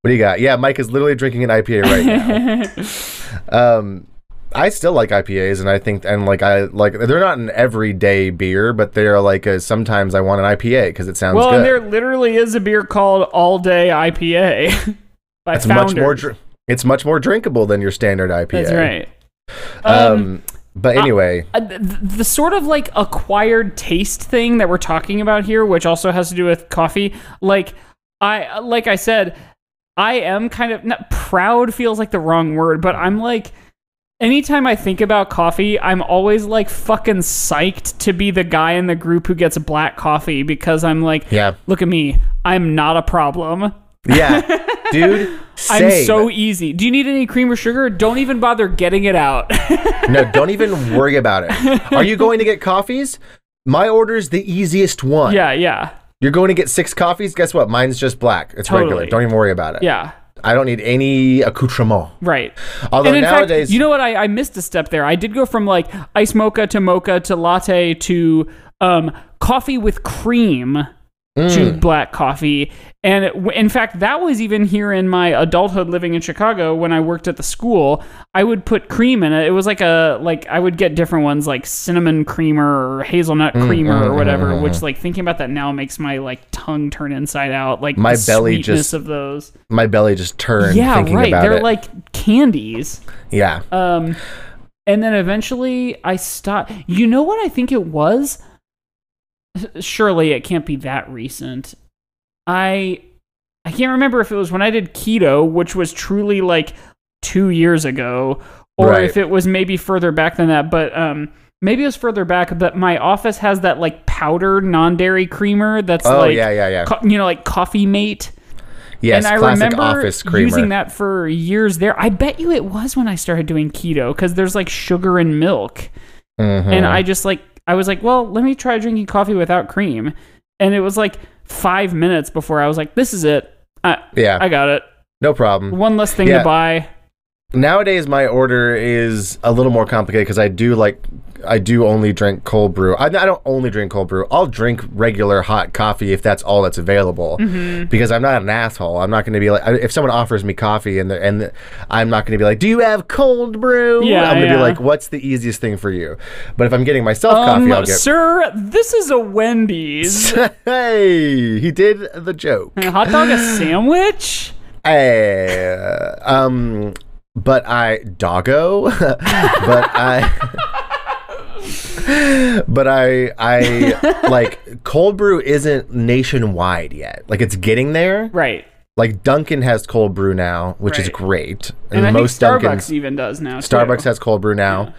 S2: What do you got? Yeah, Mike is literally drinking an IPA right now. Um, I still like IPAs, and I think and like I like they're not an everyday beer, but they are like a, sometimes I want an IPA because it sounds
S1: well,
S2: good.
S1: and there literally is a beer called All Day IPA. by
S2: it's much more
S1: Founders.
S2: dr- it's much more drinkable than your standard IPA.
S1: That's right.
S2: Um, but anyway,
S1: Uh, th- th- the sort of like acquired taste thing that we're talking about here, which also has to do with coffee, like I like I said, I am kind of not proud feels like the wrong word, but I'm like anytime I think about coffee, I'm always like fucking psyched to be the guy in the group who gets black coffee because I'm like,
S2: Yeah.
S1: look at me, I'm not a problem.
S2: yeah, dude,
S1: I'm
S2: same.
S1: so easy. Do you need any cream or sugar? Don't even bother getting it out.
S2: no, don't even worry about it. Are you going to get coffees? My order's the easiest one.
S1: yeah, yeah,
S2: You're going to get six coffees. Guess what? Mine's just black. It's regular.
S1: Totally.
S2: Don't even worry about it.
S1: yeah.
S2: I don't need any accoutrement.
S1: Right.
S2: Although
S1: and in
S2: nowadays,
S1: fact, you know what? I, I missed a step there. I did go from like ice mocha to mocha to latte to um, coffee with cream to
S2: Hmm.
S1: black coffee. And it, w- in fact, that was even here in my adulthood living in Chicago when I worked at the school. I would put cream in it. It was like a like I would get different ones like cinnamon creamer or hazelnut
S2: Hmm,
S1: creamer or whatever. Which like thinking about that now makes my like tongue turn inside out. Like
S2: My
S1: the
S2: belly
S1: sweetness
S2: just
S1: of those.
S2: my belly just turned
S1: Yeah,
S2: thinking
S1: right.
S2: about
S1: They're
S2: it.
S1: like candies.
S2: yeah.
S1: Um, and then eventually I stopped. You know what I think it was? Surely it can't be that recent. I I can't remember if it was when I did keto, which was truly like two years ago, or
S2: Right.
S1: if it was maybe further back than that. But um, maybe it was further back. But my office has that like powder non dairy creamer that's
S2: oh
S1: like
S2: yeah, yeah, yeah.
S1: co- you know like Coffee Mate
S2: yes,
S1: and I
S2: classic
S1: remember
S2: office creamer.
S1: using that for years there. I bet you it was when I started doing keto because there's like sugar and milk,
S2: Mhm.
S1: and I just like I was like, well, let me try drinking coffee without cream, and it was like five minutes before I was like, this is it. I
S2: yeah,
S1: I got it.
S2: no problem.
S1: One less thing
S2: Yeah.
S1: to buy.
S2: Nowadays, my order is a little more complicated because I do like, I do only drink cold brew. I, I don't only drink cold brew. I'll drink regular hot coffee if that's all that's available.
S1: Mm-hmm.
S2: Because I'm not an asshole. I'm not going to be like, I- if someone offers me coffee and they're- and the- I'm not going to be like, do you have cold brew?
S1: Yeah,
S2: I'm going to
S1: yeah.
S2: be like, what's the easiest thing for you? But if I'm getting myself
S1: Um,
S2: coffee, I'll get.
S1: sir, this is a Wendy's.
S2: hey, he did the joke.
S1: A hot dog, a sandwich.
S2: Eh, um, but I doggo, but I, but I, I like cold brew isn't nationwide yet. Like it's getting there.
S1: Right.
S2: Like Dunkin' has cold brew now, which is
S1: Right.
S2: great,
S1: And, I think Starbucks
S2: Dunkin's
S1: even does now.
S2: Starbucks
S1: too.
S2: has cold brew now.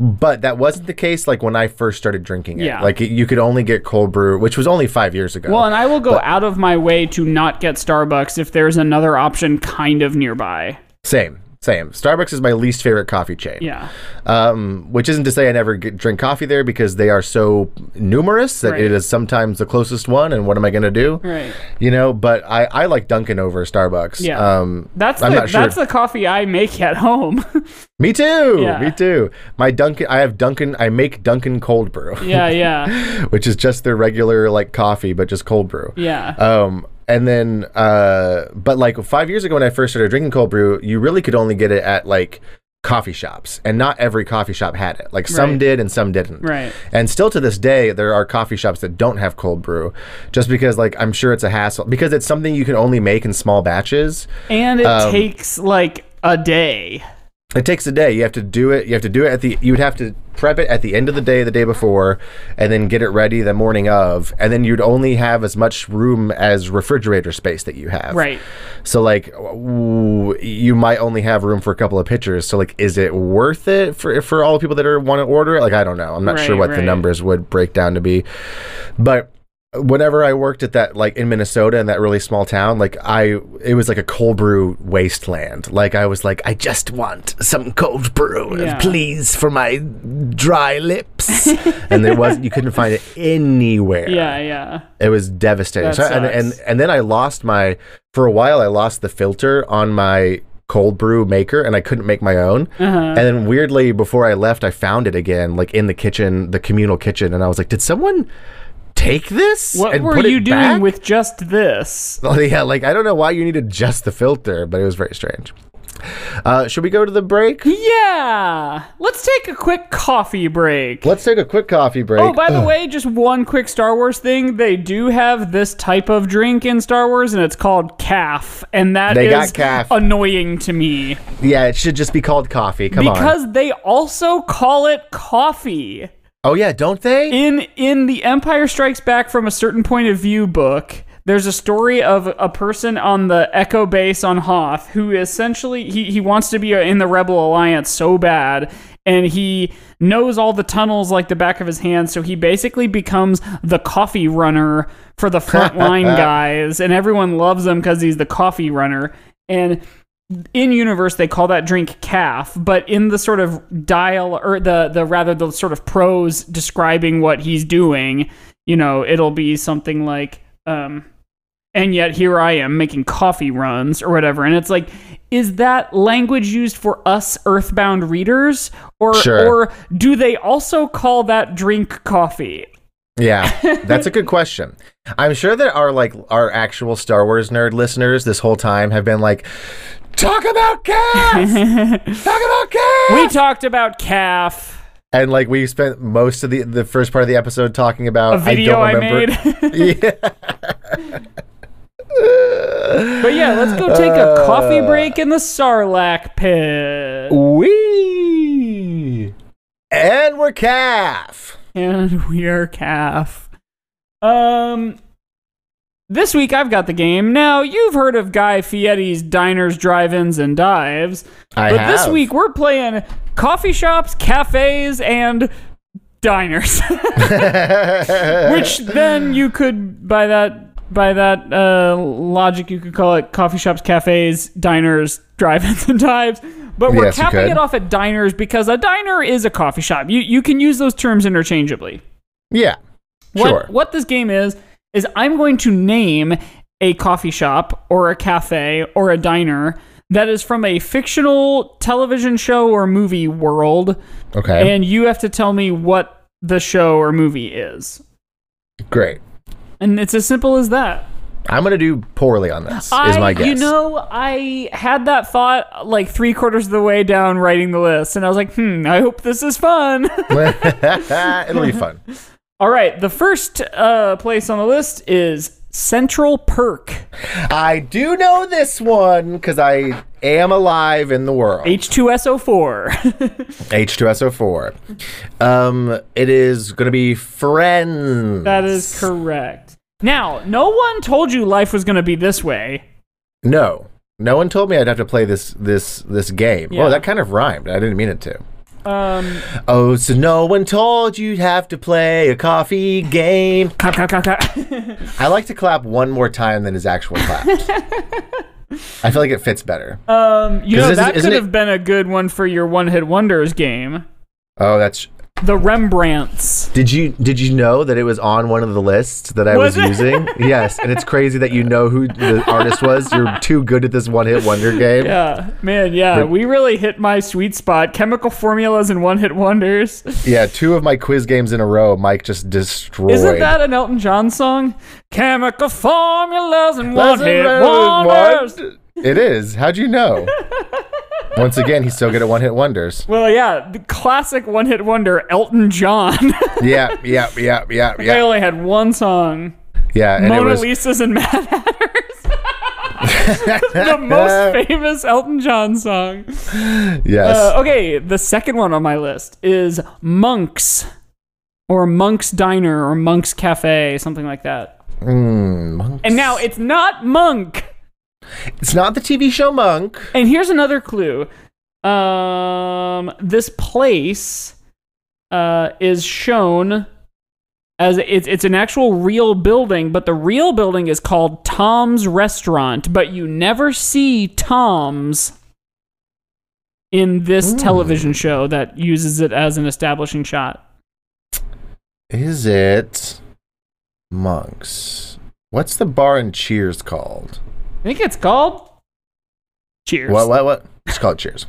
S2: But that wasn't the case like when I first started drinking it.
S1: Yeah.
S2: Like it, you could only get cold brew, which was only five years ago.
S1: Well, and I will go out of my way to not get Starbucks if there's another option kind of nearby.
S2: Same, Same. Starbucks is my least favorite coffee chain.
S1: Yeah.
S2: Um, which isn't to say I never get, drink coffee there because they are so numerous that
S1: Right.
S2: it is sometimes the closest one. And what am I going to do?
S1: Right.
S2: You know, but I, I like Dunkin' over Starbucks.
S1: Yeah.
S2: Um,
S1: That's
S2: I'm
S1: the,
S2: not sure.
S1: that's the coffee I make at home.
S2: me too.
S1: Yeah.
S2: Me too. My Dunkin', I have Dunkin', I make Dunkin' cold brew,
S1: yeah, yeah,
S2: which is just their regular like coffee, but just cold brew.
S1: yeah.
S2: Um, and then, uh, but like five years ago when I first started drinking cold brew, you really could only get it at like coffee shops, and not every coffee shop had it. Like some
S1: Right.
S2: did and some didn't.
S1: Right.
S2: And still to this day, there are coffee shops that don't have cold brew, just because like I'm sure it's a hassle because it's something you can only make in small batches.
S1: and it
S2: Um,
S1: takes like a day.
S2: It takes a day. You have to do it. You have to do it at the. You would have to prep it at the end of the day, the day before, and then get it ready the morning of, and then you'd only have as much room as refrigerator space that you have.
S1: Right.
S2: So like, w- you might only have room for a couple of pitchers. So like, is it worth it for for all the people that are want to order? it? Like, I don't know. I'm not sure
S1: Right,
S2: what the
S1: right.
S2: numbers would break down to be, but whenever I worked at that like in Minnesota in that really small town, like I it was like a cold brew wasteland. Like I was like, I just want some cold brew,
S1: Yeah.
S2: please, for my dry lips. and there was you couldn't find it anywhere.
S1: Yeah, yeah.
S2: It was devastating.
S1: That
S2: So- and,
S1: sucks.
S2: and and then I lost my for a while I lost the filter on my cold brew maker and I couldn't make my own.
S1: Uh-huh.
S2: And then weirdly before I left I found it again like in the kitchen, the communal kitchen and I was like, did someone take this?
S1: What
S2: and
S1: were
S2: put it
S1: you doing
S2: back?"
S1: with just this?
S2: Oh, yeah, like I don't know why you needed just the filter, but it was very strange. Uh, should we go to the break?
S1: Yeah. Let's take a quick coffee break.
S2: Let's take a quick coffee break.
S1: Oh, by the way, just one quick Star Wars thing. They do have this type of drink in Star Wars, and it's called calf, and that is
S2: They got calf.
S1: annoying to me
S2: yeah, it should just be called coffee. Come on.
S1: because they also call it coffee
S2: Oh yeah, don't they?
S1: in in the Empire Strikes Back from a certain point of view book. There's a story of a person on the Echo base on Hoth who essentially he, he wants to be in the Rebel Alliance so bad and he knows all the tunnels like the back of his hand so he basically becomes the coffee runner for the frontline guys and everyone loves him cuz he's the coffee runner and in universe they call that drink calf but in the sort of dial or the the rather the sort of prose describing what he's doing you know it'll be something like um and yet here i am making coffee runs or whatever and it's like is that language used for us earthbound readers or
S2: Sure.
S1: or do they also call that drink coffee
S2: Yeah, that's a good question. I'm sure that our like our actual Star Wars nerd listeners this whole time have been like, talk about calf, talk about calf,
S1: we talked about calf
S2: and like we spent most of the the first part of the episode talking about
S1: a video
S2: Uh, I
S1: i,
S2: don't remember.
S1: made
S2: yeah.
S1: but yeah let's go take a coffee
S2: Uh,
S1: break in the sarlacc pit
S2: Wee. And we're calf.
S1: and we are calf. Um, this week I've got the game. Now you've heard of Guy Fieri's diners, drive-ins, and dives,
S2: I
S1: but this
S2: have.
S1: week we're playing coffee shops, cafes, and diners. Which then you could by that by that uh, logic you could call it coffee shops, cafes, diners, drive-ins, and dives. But we're
S2: Yes, you
S1: capping
S2: could.
S1: it off at diners because a diner is a coffee shop. You you can use those terms interchangeably.
S2: yeah.
S1: What,
S2: sure.
S1: what this game is, is I'm going to name a coffee shop or a cafe or a diner that is from a fictional television show or movie world,
S2: Okay.
S1: and you have to tell me what the show or movie is.
S2: Great.
S1: And it's as simple as that.
S2: I'm gonna do poorly on this. is
S1: I,
S2: my guess.
S1: You know, I had that thought like three quarters of the way down writing the list, and I was like, hmm, I hope this is fun.
S2: It'll be fun.
S1: All right, the first uh, place on the list is Central Perk.
S2: I do know this one because I am alive in the world.
S1: H2SO4.
S2: H2SO4. Um, it is going to be friends.
S1: that is correct. Now, no one told you life was going to be this way.
S2: No, no one told me I'd have to play this this this game.
S1: Yeah.
S2: Oh, that kind of rhymed. I didn't mean it to.
S1: Um,
S2: Oh, so no one told you'd have to play a coffee game.
S1: clap, clap, clap, clap.
S2: I like to clap one more time than his actual clap. I feel like it fits better.
S1: Um, you know
S2: 'Cause this is-
S1: that
S2: isn't
S1: could
S2: it-
S1: have been a good one for your one hit wonders game.
S2: Oh, that's.
S1: The Rembrandts.
S2: Did you did you know that it was on one of the lists that I was,
S1: Was it?
S2: using? yes, and it's crazy that you know who the artist was. You're too good at this one hit wonder game.
S1: Yeah, man. Yeah,
S2: Rem-
S1: we really hit my sweet spot. Chemical formulas and one hit wonders.
S2: Yeah, two of my quiz games in a row, Mike just destroyed.
S1: Isn't that an Elton John song? Chemical formulas and one
S2: Wasn't
S1: hit
S2: that
S1: wonders.
S2: one- It is. How'd you know? Once again, he's so good at one hit wonders.
S1: Well, yeah, the classic one hit wonder, Elton John.
S2: Yeah, yeah, yeah, yeah,
S1: I
S2: yeah.
S1: only had one song.
S2: Yeah, and
S1: Mona
S2: it was
S1: Lisa's and Mad Hatters. the most famous Elton John song.
S2: yes.
S1: Uh, okay, the second one on my list is Monks or Monk's Diner or Monk's Cafe, something like that.
S2: Mm, Monk.
S1: And now it's not Monk.
S2: it's not the TV show Monk.
S1: And here's another clue. Um, this place uh, is shown as it's it's an actual real building, but the real building is called Tom's Restaurant. But you never see Tom's in this television show that uses it as an establishing shot.
S2: Is it Monks? What's the bar in Cheers called?
S1: I think it's called Cheers.
S2: What? What? What? It's called Cheers.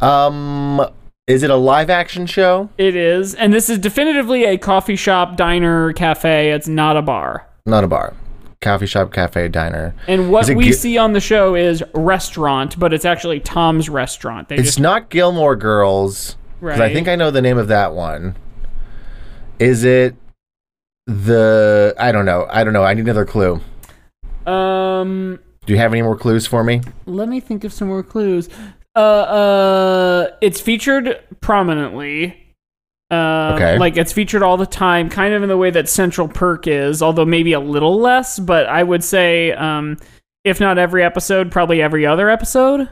S2: Um, is it a live action show?
S1: It is, and this is definitively a coffee shop, diner, cafe. It's not a bar.
S2: Not a bar. Coffee shop, cafe, diner.
S1: And what
S2: Is it
S1: we
S2: Gil-
S1: see on the show is restaurant, but it's actually Tom's restaurant. They
S2: It's
S1: just
S2: not Gilmore Girls. 'cause I
S1: Right.
S2: think I know the name of that one. Is it the? I don't know. I don't know. I need another clue.
S1: um
S2: Do you have any more clues for me?
S1: let me think of some more clues. Uh uh it's featured prominently. Uh,
S2: Okay.
S1: like it's featured all the time, kind of in the way that Central Perk is, although maybe a little less, but I would say um if not every episode, probably every other episode.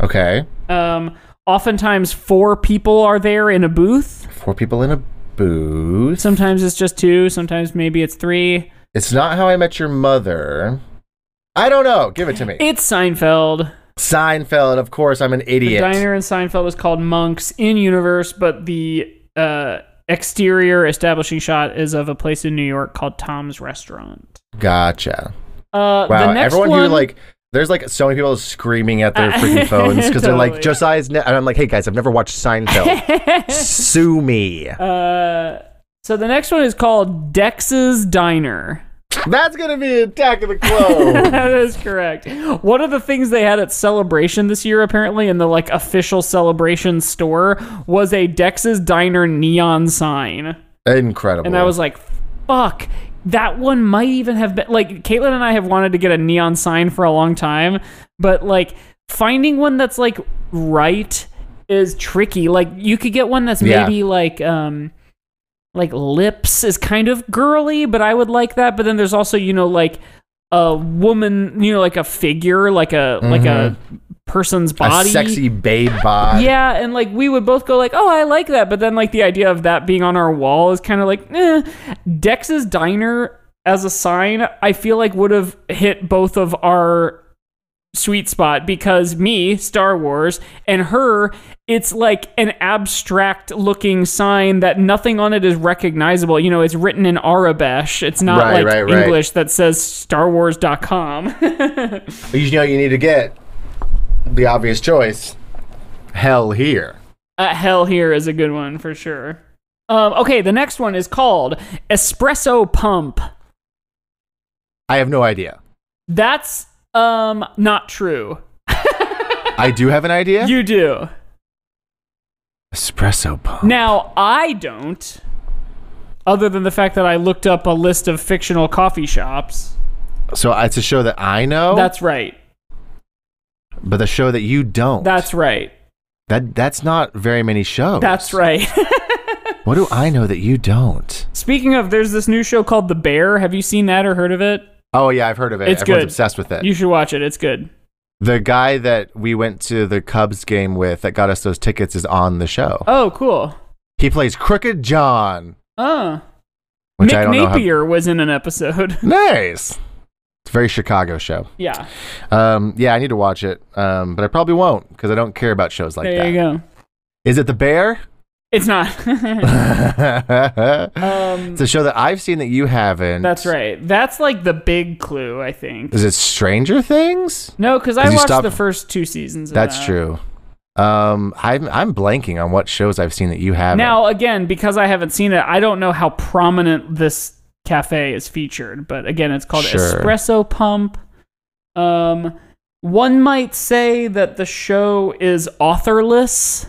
S2: Okay.
S1: Um oftentimes four people are there in a booth.
S2: Four people in a booth.
S1: Sometimes it's just two, sometimes maybe it's three.
S2: It's not how I met your mother. I don't know. Give it to me.
S1: It's Seinfeld.
S2: Seinfeld, of course, I'm an
S1: The
S2: idiot.
S1: diner in Seinfeld is called Monks in universe, but the uh, exterior establishing shot is of a place in New York called Tom's Restaurant.
S2: Gotcha.
S1: Uh,
S2: Wow.
S1: the next
S2: Everyone
S1: one,
S2: who like there's like so many people screaming at their
S1: Uh,
S2: freaking phones because they're like
S1: totally.
S2: Josiah's ne-, and I'm like, "Hey guys, I've never watched Seinfeld. Sue me."
S1: uh, so the next one is called Dex's Diner.
S2: That's going to be Attack of the Clone.
S1: that is correct. One of the things they had at Celebration this year, apparently, in the like official Celebration store, was a Dex's Diner neon sign.
S2: Incredible.
S1: And I was like, fuck, that one might even have been like Caitlin and I have wanted to get a neon sign for a long time, but like finding one that's like right is tricky. Like you could get one that's
S2: Yeah.
S1: maybe like um like lips is kind of girly, but I would like that. But then there's also, you know, like a woman, you know, like a figure, like a like a person's
S2: Mm-hmm. a
S1: body.
S2: sexy babe bod.
S1: Yeah, and like we would both go like, "Oh, I like that," but then like the idea of that being on our wall is kind of like, eh. Dex's diner as a sign, I feel like would have hit both of our sweet spot because me, Star Wars, and her, it's like an abstract looking sign that nothing on it is recognizable. You know, it's written in Arabesh. It's not
S2: Right,
S1: like
S2: right, right.
S1: English that says starwars.com.
S2: You know, you need to get the obvious choice. Hell here.
S1: uh, hell here is a good one for sure um, okay the next one is called espresso pump
S2: I have no idea.
S1: that's um not true
S2: I do have an idea.
S1: you do
S2: Espresso pump.
S1: now i don't other than the fact that i looked up a list of fictional coffee shops
S2: So uh, it's a show that I know,
S1: that's right
S2: but the show that you don't.
S1: that's right
S2: that that's not very many shows.
S1: that's right
S2: What do I know that you don't?
S1: speaking of there's this new show called the bear have you seen that or heard of it
S2: Oh yeah, I've heard of it.
S1: It's
S2: Everyone's
S1: good.
S2: obsessed with it.
S1: you should watch it it's good
S2: the guy that we went to the Cubs game with that got us those tickets is on the show.
S1: oh cool
S2: He plays Crooked John,
S1: oh
S2: which I
S1: mick
S2: don't know.
S1: napier was in an episode
S2: How- nice. It's a very Chicago show.
S1: Yeah.
S2: Um, yeah, I need to watch it, um, but I probably won't because I don't care about shows like
S1: There
S2: that.
S1: you go.
S2: Is it The Bear?
S1: It's not.
S2: it's
S1: um,
S2: a show that I've seen that you haven't.
S1: that's right. That's like the big clue, I think.
S2: Is it Stranger Things?
S1: No, because I
S2: Did you
S1: watched
S2: stop-
S1: the first two seasons. Of
S2: That's
S1: that.
S2: true. Um, I'm I'm blanking on what shows I've seen that you haven't.
S1: Now, again, because I haven't seen it, I don't know how prominent this cafe is featured. But again, it's called
S2: Sure.
S1: Espresso Pump. Um, one might say that the show is authorless.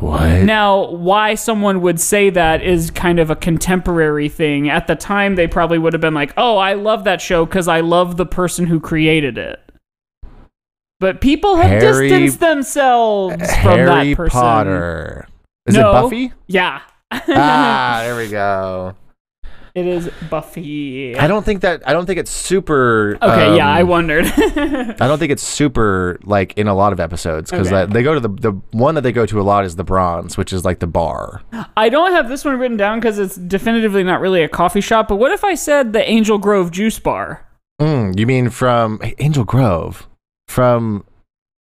S2: what?
S1: Now, why someone would say that is kind of a contemporary thing. At the time, they probably would have been like, oh, I love that show because I love the person who created it. But people have
S2: Harry-
S1: distanced themselves from
S2: Harry
S1: that person.
S2: Potter. Is
S1: No.
S2: it Buffy?
S1: Yeah.
S2: ah, there we go.
S1: It is Buffy.
S2: I don't think that I don't think it's super.
S1: okay,
S2: um,
S1: yeah, I wondered.
S2: I don't think it's super like in a lot of episodes because
S1: Okay.
S2: they go to the the one that they go to a lot is the Bronze, which is like the bar.
S1: I don't have this one written down because it's definitively not really a coffee shop. But what if I said the Angel Grove Juice Bar?
S2: Mm, you mean from Angel Grove? From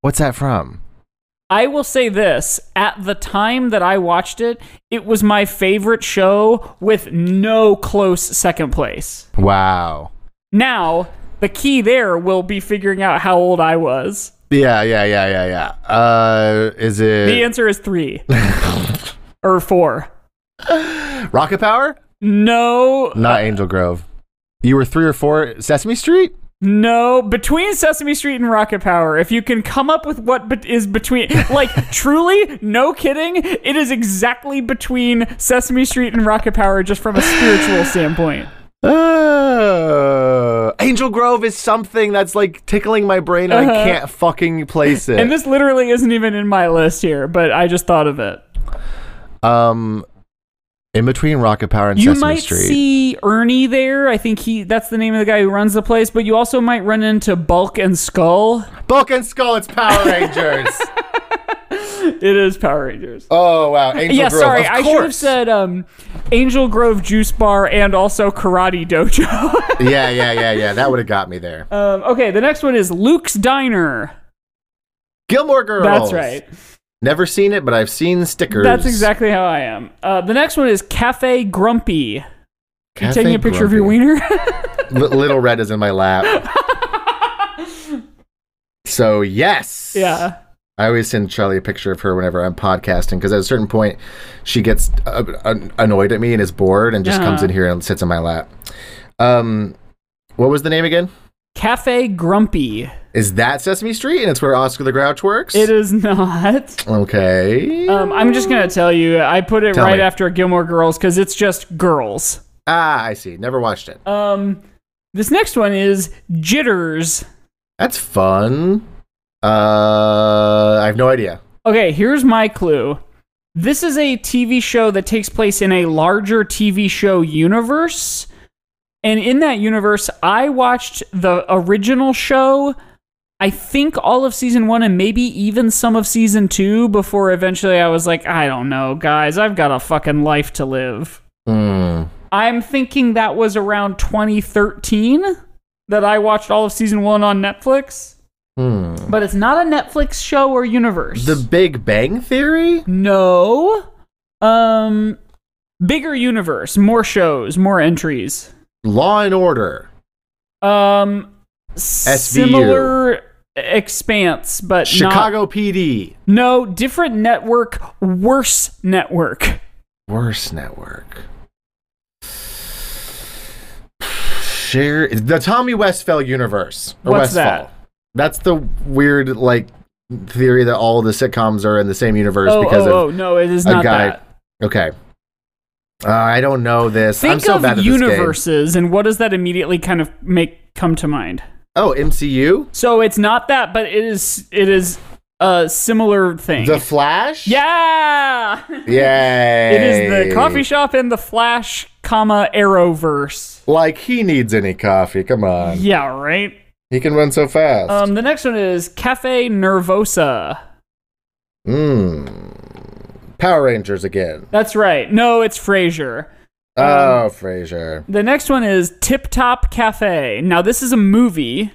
S2: what's that from?
S1: I will say this at the time that I watched it, it was my favorite show with no close second place.
S2: Wow.
S1: Now, the key there will be figuring out how old I was.
S2: Yeah, yeah, yeah, yeah, yeah. Uh, is it
S1: The answer is three or four.
S2: Rocket Power?
S1: No,
S2: Not Angel Grove. You were three or four Sesame Street?
S1: no, between Sesame Street and Rocket Power, if you can come up with what bet- is between, like, truly, no kidding, it is exactly between Sesame Street and Rocket Power just from a spiritual standpoint.
S2: Uh, Angel Grove is something that's like tickling my brain and I
S1: Uh-huh.
S2: can't fucking place it.
S1: And this literally isn't even in my list here, but I just thought of it.
S2: um, in between Rocket Power and
S1: You
S2: Sesame
S1: might
S2: Street.
S1: see Ernie there. I think he that's the name of the guy who runs the place, but you also might run into Bulk and Skull.
S2: Bulk and Skull, it's Power Rangers.
S1: It is Power Rangers.
S2: oh wow, Angel
S1: yeah,
S2: Grove.
S1: sorry.
S2: of
S1: I should have
S2: course.
S1: said um, Angel Grove Juice Bar and also Karate Dojo.
S2: yeah, yeah, yeah, yeah. That would have got me there.
S1: um, okay, the next one is Luke's Diner.
S2: Gilmore Girls.
S1: That's right.
S2: Never seen it, but I've seen stickers.
S1: That's exactly how I am. Uh, the next one is Cafe Grumpy. You taking a picture of your wiener?
S2: L- Little Red is in my lap. So yes.
S1: yeah.
S2: I always send Charlie a picture of her whenever I'm podcasting because at a certain point, she gets uh, an- annoyed at me and is bored and just comes
S1: Uh-huh.
S2: in here and sits in my lap. Um, what was the name again?
S1: Cafe Grumpy.
S2: Is that Sesame Street and it's where Oscar the Grouch works?
S1: It is not.
S2: Okay.
S1: Um, I'm just gonna tell you. I put it
S2: Tell
S1: right
S2: me.
S1: after Gilmore Girls because it's just girls.
S2: ah, I see. Never watched it.
S1: Um, this next one is Jitters.
S2: That's fun. Uh, I have no idea.
S1: Okay, here's my clue. This is a TV show that takes place in a larger TV show universe. And in that universe, I watched the original show, I think all of season one and maybe even some of season two before eventually I was like, I don't know, guys, I've got a fucking life to live.
S2: Hmm.
S1: I'm thinking that was around 2013 that I watched all of season one on Netflix,
S2: Hmm.
S1: but it's not a Netflix show or universe.
S2: The Big Bang Theory?
S1: No. Um bigger universe, more shows, more entries.
S2: Law and Order.
S1: Um
S2: SVU.
S1: similar expanse, but not
S2: Chicago PD.
S1: No, different network, worse network.
S2: Worst network. Share the Tommy Westfall universe. Or
S1: What's
S2: Westfall.
S1: that?
S2: That's the weird like theory that all the sitcoms are in the same universe
S1: Oh,
S2: because
S1: oh,
S2: of
S1: oh, no, it is
S2: a
S1: not
S2: guy.
S1: that.
S2: Okay. Uh, I don't know this.
S1: Think
S2: I'm so
S1: of
S2: bad at this
S1: universes and what does that immediately kind of make come to mind?
S2: game. Oh, MCU?
S1: So it's not that, but it is it is a similar thing.
S2: The Flash?
S1: yeah.
S2: Yay.
S1: It is the coffee shop and the Flash, comma Arrowverse.
S2: Like he needs any coffee. Come on.
S1: Yeah, right.
S2: He can run so fast.
S1: Um, the next one is Cafe Nervosa.
S2: Mm. Power Rangers again.
S1: That's right. No, it's Frasier.
S2: Oh, Frasier.
S1: The next one is Tip Top Cafe. Now, this is a movie.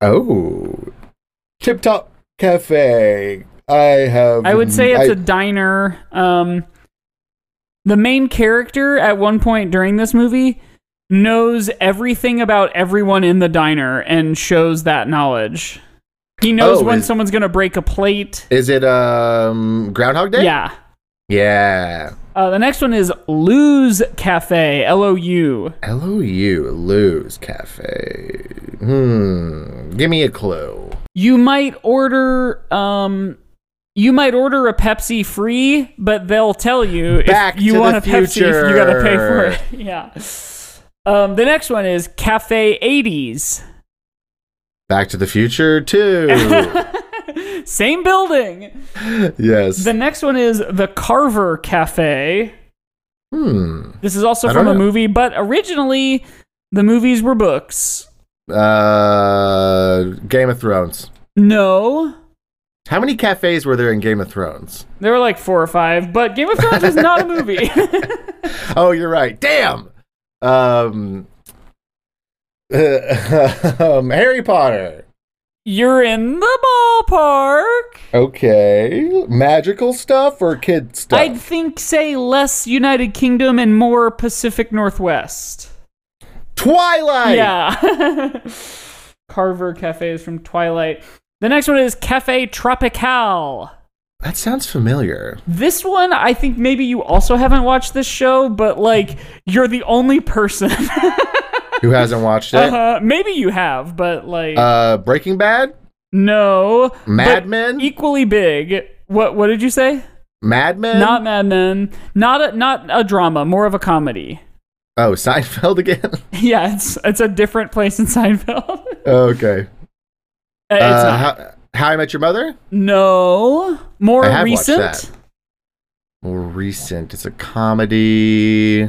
S2: Oh, Tip Top Cafe. I have.
S1: I would say it's
S2: I-
S1: a diner. Um, the main character at one point during this movie knows everything about everyone in the diner and shows that knowledge. He knows
S2: Oh,
S1: when
S2: is-
S1: someone's going to break a plate.
S2: Is it um Groundhog Day?
S1: Yeah.
S2: Yeah.
S1: Uh, the next one is Lou's Cafe. L O U.
S2: L O U Lou's Cafe. Hmm. Give me a clue.
S1: You might order um you might order a Pepsi free, but they'll tell you if
S2: Back
S1: you
S2: to
S1: want
S2: the
S1: a Pepsi if you gotta pay for
S2: future.
S1: it. yeah. Um, the next one is Cafe 80s.
S2: Back to the Future too.
S1: Same building.
S2: yes.
S1: The next one is the Carver Cafe.
S2: hmm.
S1: This is also
S2: I
S1: from
S2: don't
S1: a
S2: know.
S1: movie, but originally the movies were books.
S2: Uh, Game of Thrones.
S1: No.
S2: How many cafes were there in Game of Thrones?
S1: There were like four or five, but Game of Thrones was not a movie.
S2: Oh, you're right. Damn. Um. um, Harry Potter.
S1: You're in the ballpark.
S2: Okay. Magical stuff or kid stuff?
S1: I'd think say less United Kingdom and more Pacific Northwest.
S2: Twilight.
S1: Yeah. Carver Cafe is from Twilight. The next one is Cafe Tropical.
S2: That sounds familiar.
S1: This one, I think maybe you also haven't watched this show, but like you're the only person.
S2: Who hasn't watched it?
S1: uh, maybe you have, but like
S2: Uh, Breaking Bad,
S1: no.
S2: Mad
S1: But
S2: Men,
S1: equally big. What what did you say?
S2: Mad Men.
S1: not Mad Men. Not a not a drama, more of a comedy.
S2: oh, Seinfeld again.
S1: Yeah, it's it's a different place in Seinfeld. Uh,
S2: okay.
S1: it's
S2: uh,
S1: not.
S2: How, How I Met Your Mother.
S1: No, more
S2: I have watched
S1: recent.
S2: that. More recent. It's a comedy.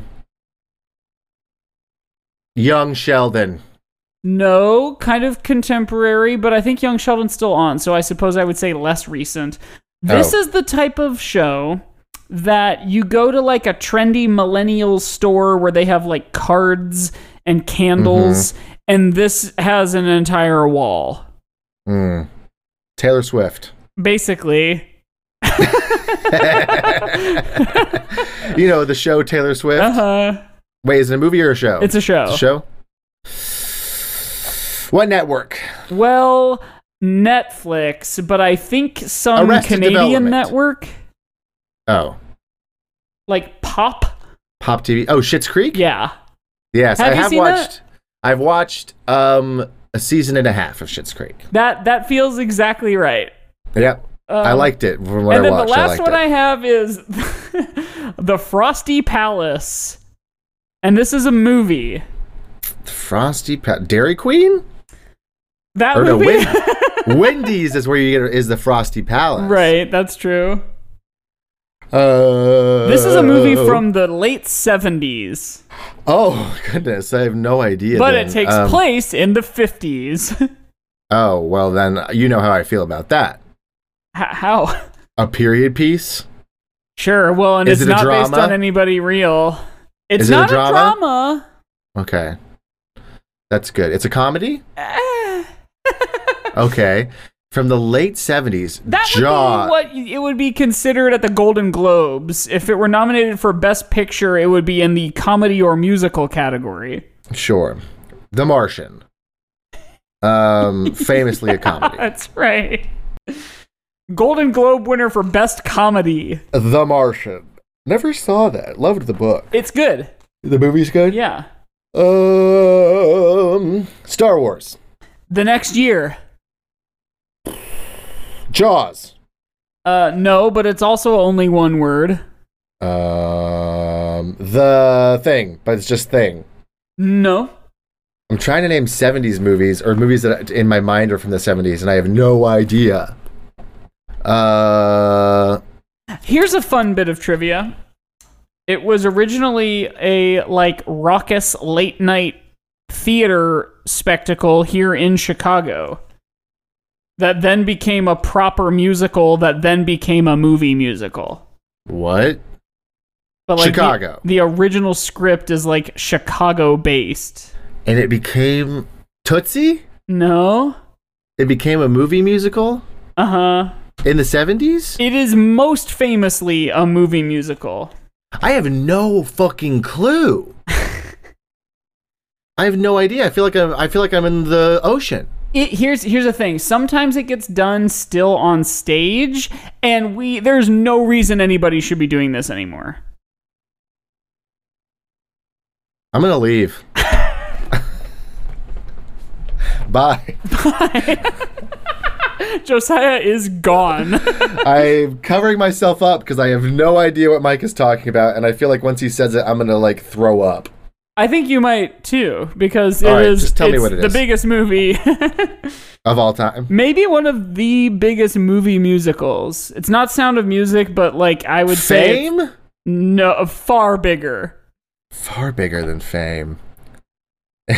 S2: Young Sheldon.
S1: No, kind of contemporary, but I think Young Sheldon's still on, so I suppose I would say less recent. This
S2: Oh.
S1: is the type of show that you go to like a trendy millennial store where they have like cards and
S2: Mm-hmm.
S1: candles, and this has an entire wall,
S2: Mm. Taylor Swift.
S1: basically.
S2: You know the show Taylor Swift.
S1: Uh huh.
S2: Wait, is it a movie or a show?
S1: It's a show.
S2: It's a show. What network?
S1: Well, Netflix, but I think some
S2: Arrested
S1: Canadian
S2: Development.
S1: network,
S2: Oh,
S1: like Pop.
S2: Pop TV. Oh, Shit's Creek.
S1: Yeah.
S2: Yes,
S1: Have
S2: I
S1: you
S2: have
S1: seen
S2: watched. I've watched um a season and a half of Shit's Creek.
S1: That that feels exactly right.
S2: Yep,
S1: Um,
S2: I liked it from what
S1: And
S2: I
S1: then
S2: watched.
S1: the last
S2: I liked
S1: one I
S2: it.
S1: have is The Frosty Palace. And this is a movie.
S2: Frosty pa- Dairy Queen.
S1: That
S2: Or no,
S1: movie
S2: Wen- Wendy's is where you get is the Frosty Palace.
S1: Right, that's true.
S2: Uh,
S1: This is a movie from the late 70s,
S2: Oh goodness, I have no idea.
S1: but
S2: then.
S1: it takes
S2: Um,
S1: place in the 50s. H-
S2: Oh well, then you know how I feel about that.
S1: How?
S2: A period piece.
S1: Sure. Well, and
S2: Is
S1: it's
S2: it a
S1: not based
S2: drama?
S1: on anybody real. It's
S2: Is it a
S1: not a
S2: drama?
S1: drama.
S2: Okay, that's good. It's a comedy.
S1: Eh,
S2: Okay, from the late seventies.
S1: That
S2: Jaw.
S1: would be what it would be considered at the Golden Globes. If it were nominated for Best Picture, it would be in the comedy or musical category.
S2: Sure. The Martian. Um, famously a comedy.
S1: That's right. Golden Globe winner for Best Comedy.
S2: The Martian. Never saw that. Loved the book.
S1: It's good.
S2: The movie's good.
S1: Yeah.
S2: Um, Star Wars.
S1: The next year.
S2: Jaws.
S1: Uh, no, but it's also only one word.
S2: Um, The Thing, but it's just Thing.
S1: No.
S2: I'm trying to name 70s movies or movies that in my mind are from the 70s, and I have no idea. Uh,
S1: Here's a fun bit of trivia. It was originally a like raucous late night theater spectacle here in Chicago that then became a proper musical that then became a movie musical.
S2: what?
S1: But like the-
S2: Chicago.
S1: the, original script is like Chicago based.
S2: and it became Tootsie.
S1: No.
S2: It became a movie musical
S1: Uh huh.
S2: in the seventies.
S1: It is most famously a movie musical.
S2: I have no fucking clue. I have no idea. I feel like I'm. I feel like I'm in the ocean.
S1: it here's here's the thing sometimes it gets done still on stage and we there's no reason anybody should be doing this anymore
S2: I'm gonna leave. Bye.
S1: josiah is gone
S2: I'm covering myself up because I have no idea what Mike is talking about, and I feel like once he says it, I'm gonna like throw up.
S1: i think you might too because it is
S2: All right, just tell me
S1: it's
S2: what it
S1: the
S2: is.
S1: biggest movie
S2: Of all time,
S1: maybe one of the biggest movie musicals it's not sound of music but like i would say it's-
S2: fame
S1: no far bigger
S2: far bigger than fame.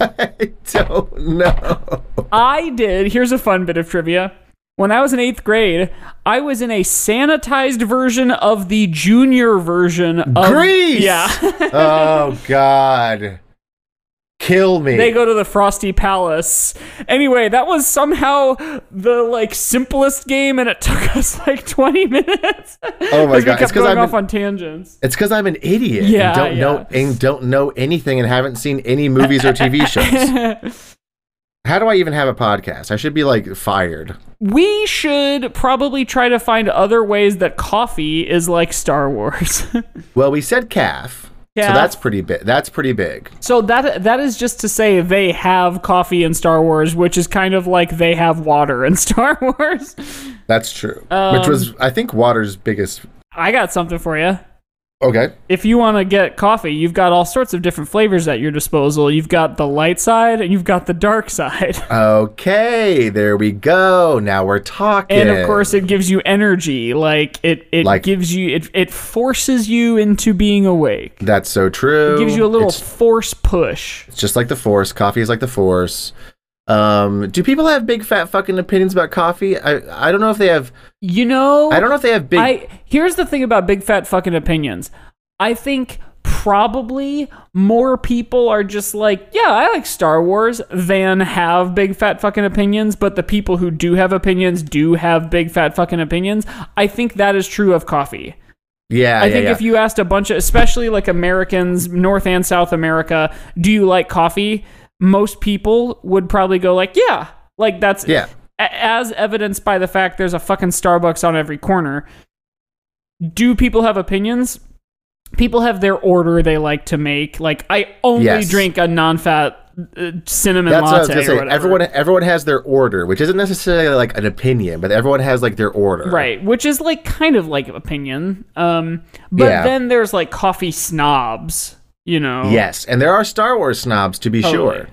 S2: I don't know.
S1: I did. Here's a fun bit of trivia. When I was in eighth grade, I was in a sanitized version of the junior version of
S2: Grease.
S1: Um, Yeah,
S2: oh God, kill me.
S1: they go to the Frosty Palace. Anyway, that was somehow the like simplest game, and it took us like 20 minutes.
S2: oh my
S1: we
S2: God,
S1: kept
S2: it's because
S1: going
S2: I'm
S1: off
S2: an,
S1: on tangents.
S2: it's because I'm an idiot.
S1: Yeah,
S2: and don't know
S1: yeah.
S2: and don't know anything and haven't seen any movies or TV shows. How do I even have a podcast? I should be like fired.
S1: we should probably try to find other ways that coffee is like Star Wars.
S2: Well, we said calf. So
S1: Calf.
S2: that's pretty big. That's pretty big.
S1: So that that is just to say they have coffee in Star Wars, which is kind of like they have water in Star Wars.
S2: That's true.
S1: Um,
S2: Which was, I think, water's biggest.
S1: I got something for you.
S2: Okay.
S1: If you want to get coffee, you've got all sorts of different flavors at your disposal. You've got the light side and you've got the dark side.
S2: Okay. There we go. Now we're talking.
S1: And of course it gives you energy. Like it it
S2: Like-
S1: gives you it it forces you into being awake.
S2: that's so true.
S1: It gives you a little
S2: It's,
S1: force push.
S2: it's just like the force. Coffee is like the force. Um, do people have big fat fucking opinions about coffee? I I don't know if they have.
S1: You know
S2: I don't know if they have big.
S1: I here's the thing about big fat fucking opinions. I think probably more people are just like, yeah, I like Star Wars than have big fat fucking opinions, but the people who do have opinions do have big fat fucking opinions. I think that is true of coffee.
S2: yeah.
S1: I
S2: yeah,
S1: think
S2: yeah.
S1: if you asked a bunch of especially like Americans, North and South America, do you like coffee? Most people would probably go like, yeah. Like that's
S2: Yeah.
S1: a- as evidenced by the fact there's a fucking Starbucks on every corner. Do people have opinions? People have their order they like to make. Like I only
S2: Yes.
S1: drink a non-fat uh, cinnamon
S2: That's what I was
S1: latte
S2: gonna
S1: or
S2: say.
S1: whatever.
S2: Everyone everyone has their order, which isn't necessarily like an opinion, but everyone has like their order.
S1: right, which is like kind of like opinion. Um, but
S2: Yeah.
S1: then there's like coffee snobs, you know.
S2: Yes, and there are Star Wars snobs to be
S1: Totally.
S2: sure,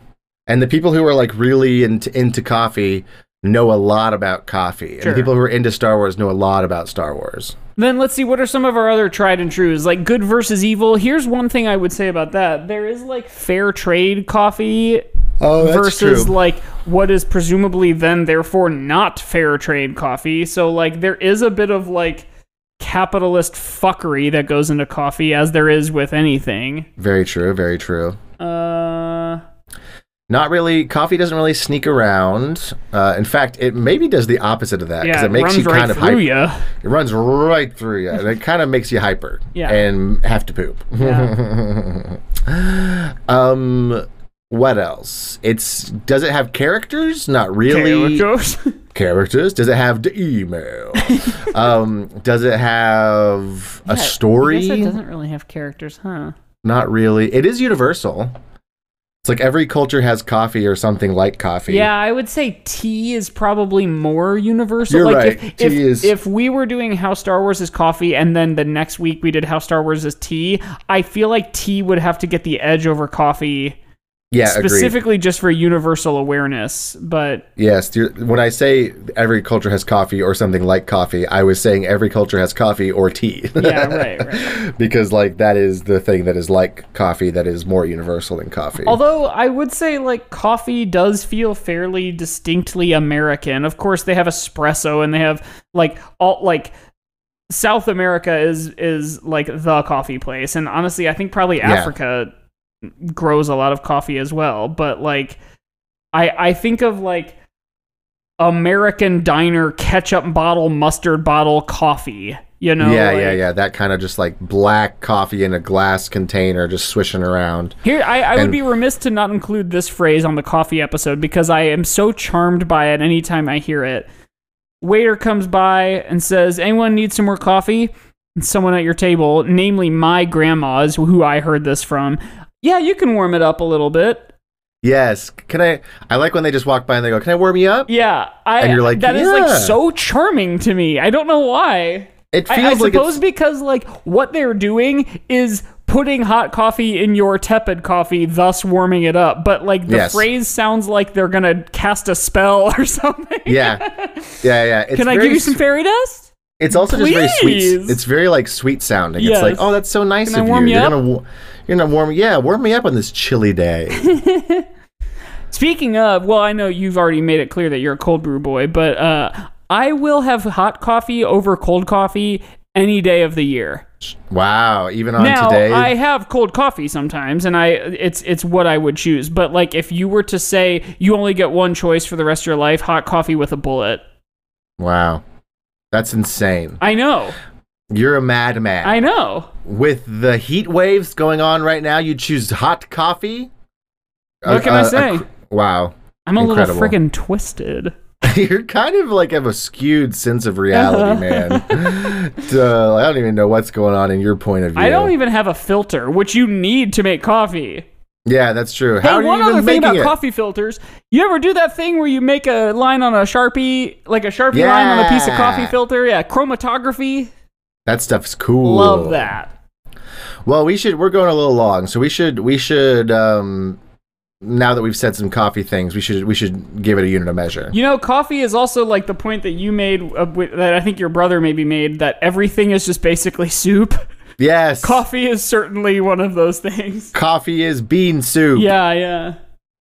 S2: and the people who are like really into, into coffee know a lot about coffee,
S1: Sure.
S2: and the people who are into Star Wars know a lot about Star Wars.
S1: Then let's see what are some of our other tried and trues, like good versus evil. Here's one thing I would say about that: there is like fair trade coffee
S2: Oh,
S1: versus like what is presumably then therefore not fair trade coffee. So like there is a bit of like capitalist fuckery that goes into coffee as there is with anything.
S2: very true, very true.
S1: Uh
S2: Not really. Coffee doesn't really sneak around. Uh, in fact, it maybe does the opposite of that because
S1: yeah, it
S2: it makes
S1: runs
S2: you
S1: right
S2: kind of
S1: through
S2: hyper.
S1: you.
S2: It runs right through you, and it kind of makes you hyper
S1: Yeah.
S2: and have to poop. um, what else? It's does it have characters? Not really. characters? Does it have the email? um, does it have a story?
S1: it doesn't really have characters, huh?
S2: Not really. It is universal. It's like every culture has coffee or something like coffee.
S1: Yeah, I would say tea is probably more universal.
S2: You're
S1: like if,
S2: right.
S1: if,
S2: Tea is-
S1: if we were doing How Star Wars is Coffee and then the next week we did How Star Wars is Tea, I feel like tea would have to get the edge over coffee
S2: yeah, agreed.
S1: specifically just for universal awareness. But
S2: Yes, you're- when I say every culture has coffee or something like coffee, I was saying every culture has coffee or tea.
S1: yeah, right, right.
S2: because like that is the thing that is like coffee that is more universal than coffee.
S1: Although I would say like coffee does feel fairly distinctly American. Of course, they have espresso and they have like all like South America is is like the coffee place, and honestly, I think probably Africa grows a lot of coffee as well. But like, I I think of like American diner ketchup bottle, mustard bottle coffee. You know,
S2: yeah,
S1: like-
S2: yeah, yeah. That kind of just like black coffee in a glass container, just swishing around.
S1: Here, I, I would
S2: And-
S1: be remiss to not include this phrase on the coffee episode because I am so charmed by it anytime I hear it. Waiter comes by and says, Anyone need some more coffee? And someone at your table, namely my grandma, is who I heard this from. Yeah, you can warm it up a little bit.
S2: Yes. Can I? I like when they just walk by and they go, "Can I warm you up?"
S1: Yeah, I,
S2: And you're like,
S1: that is
S2: "Yeah."
S1: like so charming to me. I don't know why.
S2: It feels
S1: I, I
S2: like
S1: suppose
S2: it's,
S1: because like what they're doing is putting hot coffee in your tepid coffee, thus warming it up. But like the
S2: Yes.
S1: phrase sounds like they're gonna cast a spell or something.
S2: yeah, yeah, yeah. It's
S1: Can I
S2: very
S1: give you some
S2: s-
S1: fairy dust?
S2: It's also just very
S1: Please.
S2: sweet. It's very like sweet sounding.
S1: Yes.
S2: It's like, oh, that's so nice
S1: Can I
S2: of
S1: warm
S2: you.
S1: you
S2: are
S1: up?
S2: gonna, wa- you're gonna warm, yeah, warm me up on this chilly day.
S1: Speaking of, well, I know you've already made it clear that you're a cold brew boy, but uh, I will have hot coffee over cold coffee any day of the year.
S2: wow, even on
S1: now
S2: today.
S1: I have cold coffee sometimes, and I it's it's what I would choose. But like if you were to say you only get one choice for the rest of your life, hot coffee with a bullet.
S2: wow, that's insane.
S1: I know,
S2: You're a madman.
S1: I know.
S2: With the heat waves going on right now, you choose hot coffee.
S1: What can I say?
S2: cr- wow,
S1: I'm a
S2: Incredible.
S1: little freaking twisted.
S2: you're kind of like have a skewed sense of reality,
S1: Uh-huh.
S2: man. Duh, I don't even know what's going on in your point of view.
S1: I don't even have a filter, which you need to make coffee.
S2: Yeah, that's true. How
S1: e hey,
S2: are you
S1: one
S2: even
S1: other thing
S2: making
S1: about
S2: it?
S1: coffee filters. You ever do that thing where you make a line on a sharpie, like a sharpie line on a piece of
S2: Yeah.
S1: coffee filter? Yeah, chromatography.
S2: That stuff's cool.
S1: Love that.
S2: Well, we should. We're going a little long, so we should. We should. Um, now that we've said some coffee things, we should. We should give it a unit of measure.
S1: You know, coffee is also like the point that you made, uh, wi- that I think your brother maybe made, that everything is just basically soup.
S2: yes.
S1: Coffee is certainly one of those things.
S2: Coffee is bean soup.
S1: Yeah, yeah.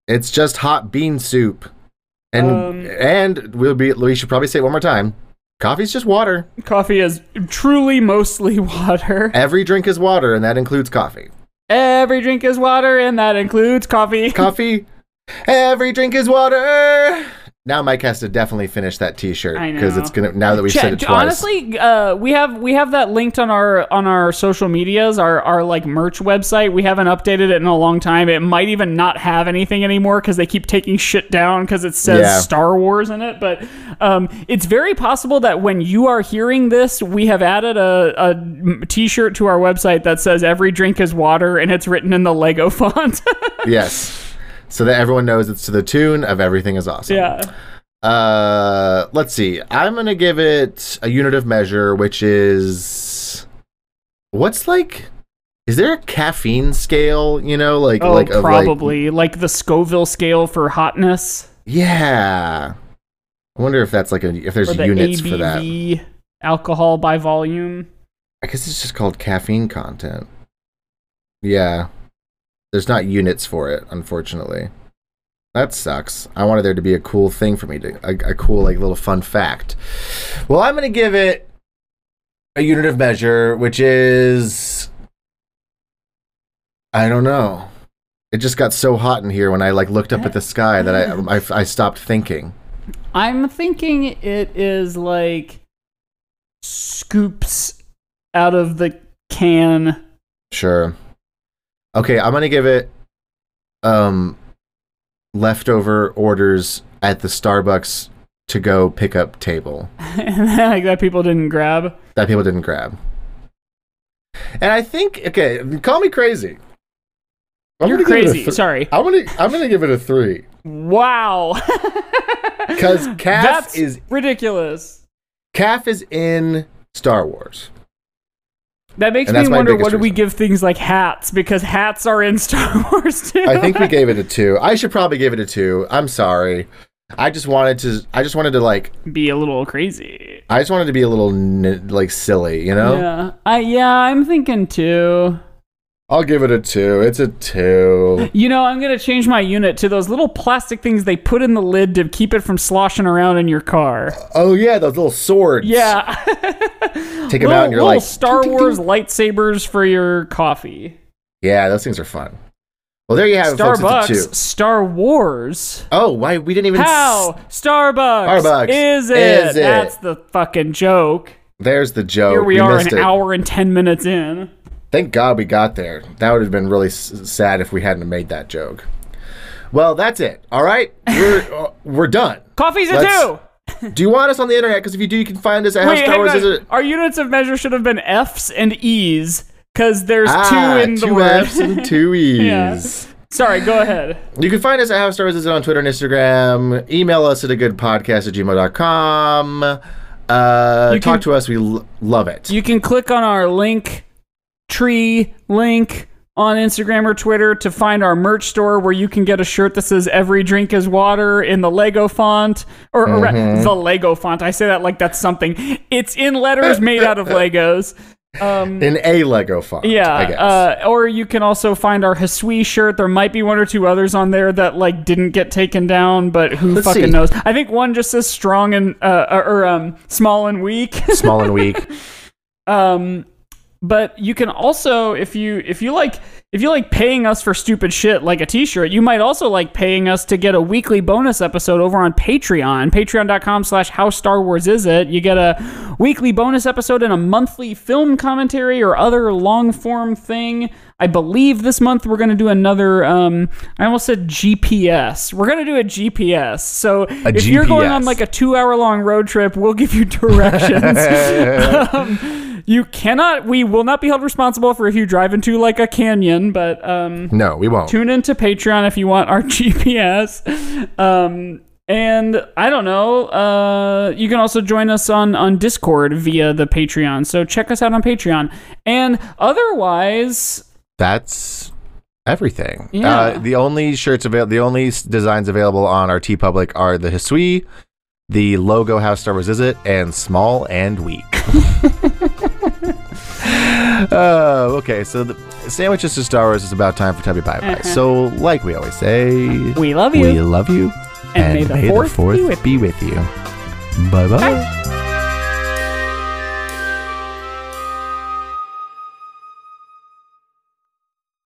S2: It's just hot bean soup. And
S1: Um,
S2: and we'll be. We should probably say it one more time. Coffee's just water.
S1: Coffee is truly mostly water.
S2: Every drink is water, and that includes coffee.
S1: Every drink is water, and that includes coffee.
S2: Coffee. Every drink is water. Now Mike has to definitely finish that T-shirt
S1: I
S2: because
S1: know.
S2: it's gonna. Now that we've
S1: Chat-
S2: said it
S1: j-
S2: twice.
S1: Honestly, uh, we have we have that linked on our on our social medias, our our like merch website. We haven't updated it in a long time. It might even not have anything anymore because they keep taking shit down because it says
S2: Yeah.
S1: Star Wars in it. But um, it's very possible that when you are hearing this, we have added a, a m- t-shirt to our website that says "Every drink is water" and it's written in the Lego font.
S2: yes. So that everyone knows it's to the tune of Everything is Awesome.
S1: yeah.
S2: Uh, let's see. I'm going to give it a unit of measure, which is. What's like. Is there a caffeine scale? You know, like.
S1: Oh,
S2: like of, like-
S1: probably like the Scoville scale for hotness.
S2: yeah. I wonder if that's like a. If there's
S1: or the
S2: units
S1: ABV
S2: for that.
S1: alcohol by volume.
S2: I guess it's just called caffeine content. Yeah. There's not units for it, unfortunately. That sucks. I wanted there to be a cool thing for me to a, a cool like little fun fact. Well, I'm going to give it a unit of measure which is I don't know. It just got so hot in here when I like looked up at the sky that I I, I stopped thinking.
S1: I'm thinking it is like scoops out of the can.
S2: Sure. Okay, I'm gonna give it um leftover orders at the Starbucks to go pickup table
S1: like that people didn't grab.
S2: that people didn't grab. And I think okay, call me crazy. I'm
S1: You're
S2: gonna give it a
S1: crazy.
S2: thr-
S1: Sorry.
S2: I'm gonna I'm gonna give it a three.
S1: Wow.
S2: Because calf
S1: That's
S2: is
S1: ridiculous.
S2: calf is in Star Wars.
S1: That makes
S2: And
S1: me
S2: that's my
S1: wonder
S2: biggest
S1: what do we
S2: reason.
S1: give things like hats because hats are in Star Wars too.
S2: I think we gave it a two. I should probably give it a two. I'm sorry. I just wanted to I just wanted to like
S1: be a little crazy.
S2: I just wanted to be a little n- like silly, you know.
S1: Yeah. I yeah, I'm thinking too.
S2: I'll give it a two. It's a two.
S1: You know, I'm gonna change my unit to those little plastic things they put in the lid to keep it from sloshing around in your car.
S2: Oh yeah, those little swords.
S1: Yeah,
S2: Take them
S1: little,
S2: out and you're
S1: little
S2: like
S1: Star
S2: "Ting, ting,
S1: Wars
S2: ting."
S1: lightsabers for your coffee.
S2: Yeah, those things are fun. Well, there you have it, folks. It's a
S1: Starbucks,
S2: two.
S1: Star Wars.
S2: Oh, why we didn't even. s-
S1: How Starbucks?
S2: Starbucks.
S1: is it?
S2: Is it?
S1: That's the fucking joke.
S2: There's the joke.
S1: Here we, are,
S2: missed
S1: an
S2: it.
S1: hour and ten minutes in.
S2: Thank God we got there. That would have been really s- sad if we hadn't made that joke. Well, that's it. All right, we're uh, we're done.
S1: Coffee's a
S2: Let's-
S1: two.
S2: Do you want us on the internet? Because if you do, you can find us at How
S1: Wait,
S2: Star
S1: hang
S2: Wars
S1: on.
S2: Is It.
S1: Our units of measure should have been F's and E's because there's
S2: Ah,
S1: two in the
S2: two
S1: word.
S2: F's and two E's.
S1: Yeah. Sorry, go ahead.
S2: You can find us at How Star Wars Is It on Twitter and Instagram. Email us at a good podcast at gmail.com. Uh,
S1: You
S2: talk
S1: can-
S2: to us. We l- love it.
S1: You can click on our link tree link on Instagram or Twitter to find our merch store where you can get a shirt that says every drink is water in the Lego font or, or
S2: Mm-hmm.
S1: the Lego font. I say that like that's something. It's in letters made out of Legos. Um
S2: In a Lego font.
S1: Yeah,
S2: I guess.
S1: Uh, or you can also find our Hisui shirt. There might be one or two others on there that like didn't get taken down, but who
S2: Let's
S1: fucking
S2: see.
S1: knows? I think one just says strong and uh, or um small and weak.
S2: Small and weak.
S1: um, but you can also if you if you like if you like paying us for stupid shit like a T-shirt, you might also like paying us to get a weekly bonus episode over on Patreon. Patreon.com/slash How Star Wars Is It. You get a weekly bonus episode and a monthly film commentary or other long form thing. I believe this month we're going to do another. Um, I almost said GPS. We're going to do a GPS. So if you're going on
S2: GPS.
S1: like a two hour long road trip, we'll give you directions. um, you cannot, we will not be held responsible for if you drive into like a canyon, but um,
S2: No, we won't.
S1: tune into Patreon if you want our GPS. Um, and I don't know, uh, you can also join us on, on Discord via the Patreon. So check us out on Patreon. And otherwise,
S2: That's everything.
S1: Yeah.
S2: Uh, the only shirts available, the only s- designs available on our T Public are the Hisui, the logo House Star Wars Is It, and Small and Weak. uh, okay, so the sandwiches to Star Wars is about time for Tubby Bye Bye. So, like we always say,
S1: Uh-huh. we love you.
S2: we love you,
S1: And may the fourth be with
S2: be with you. Bye bye.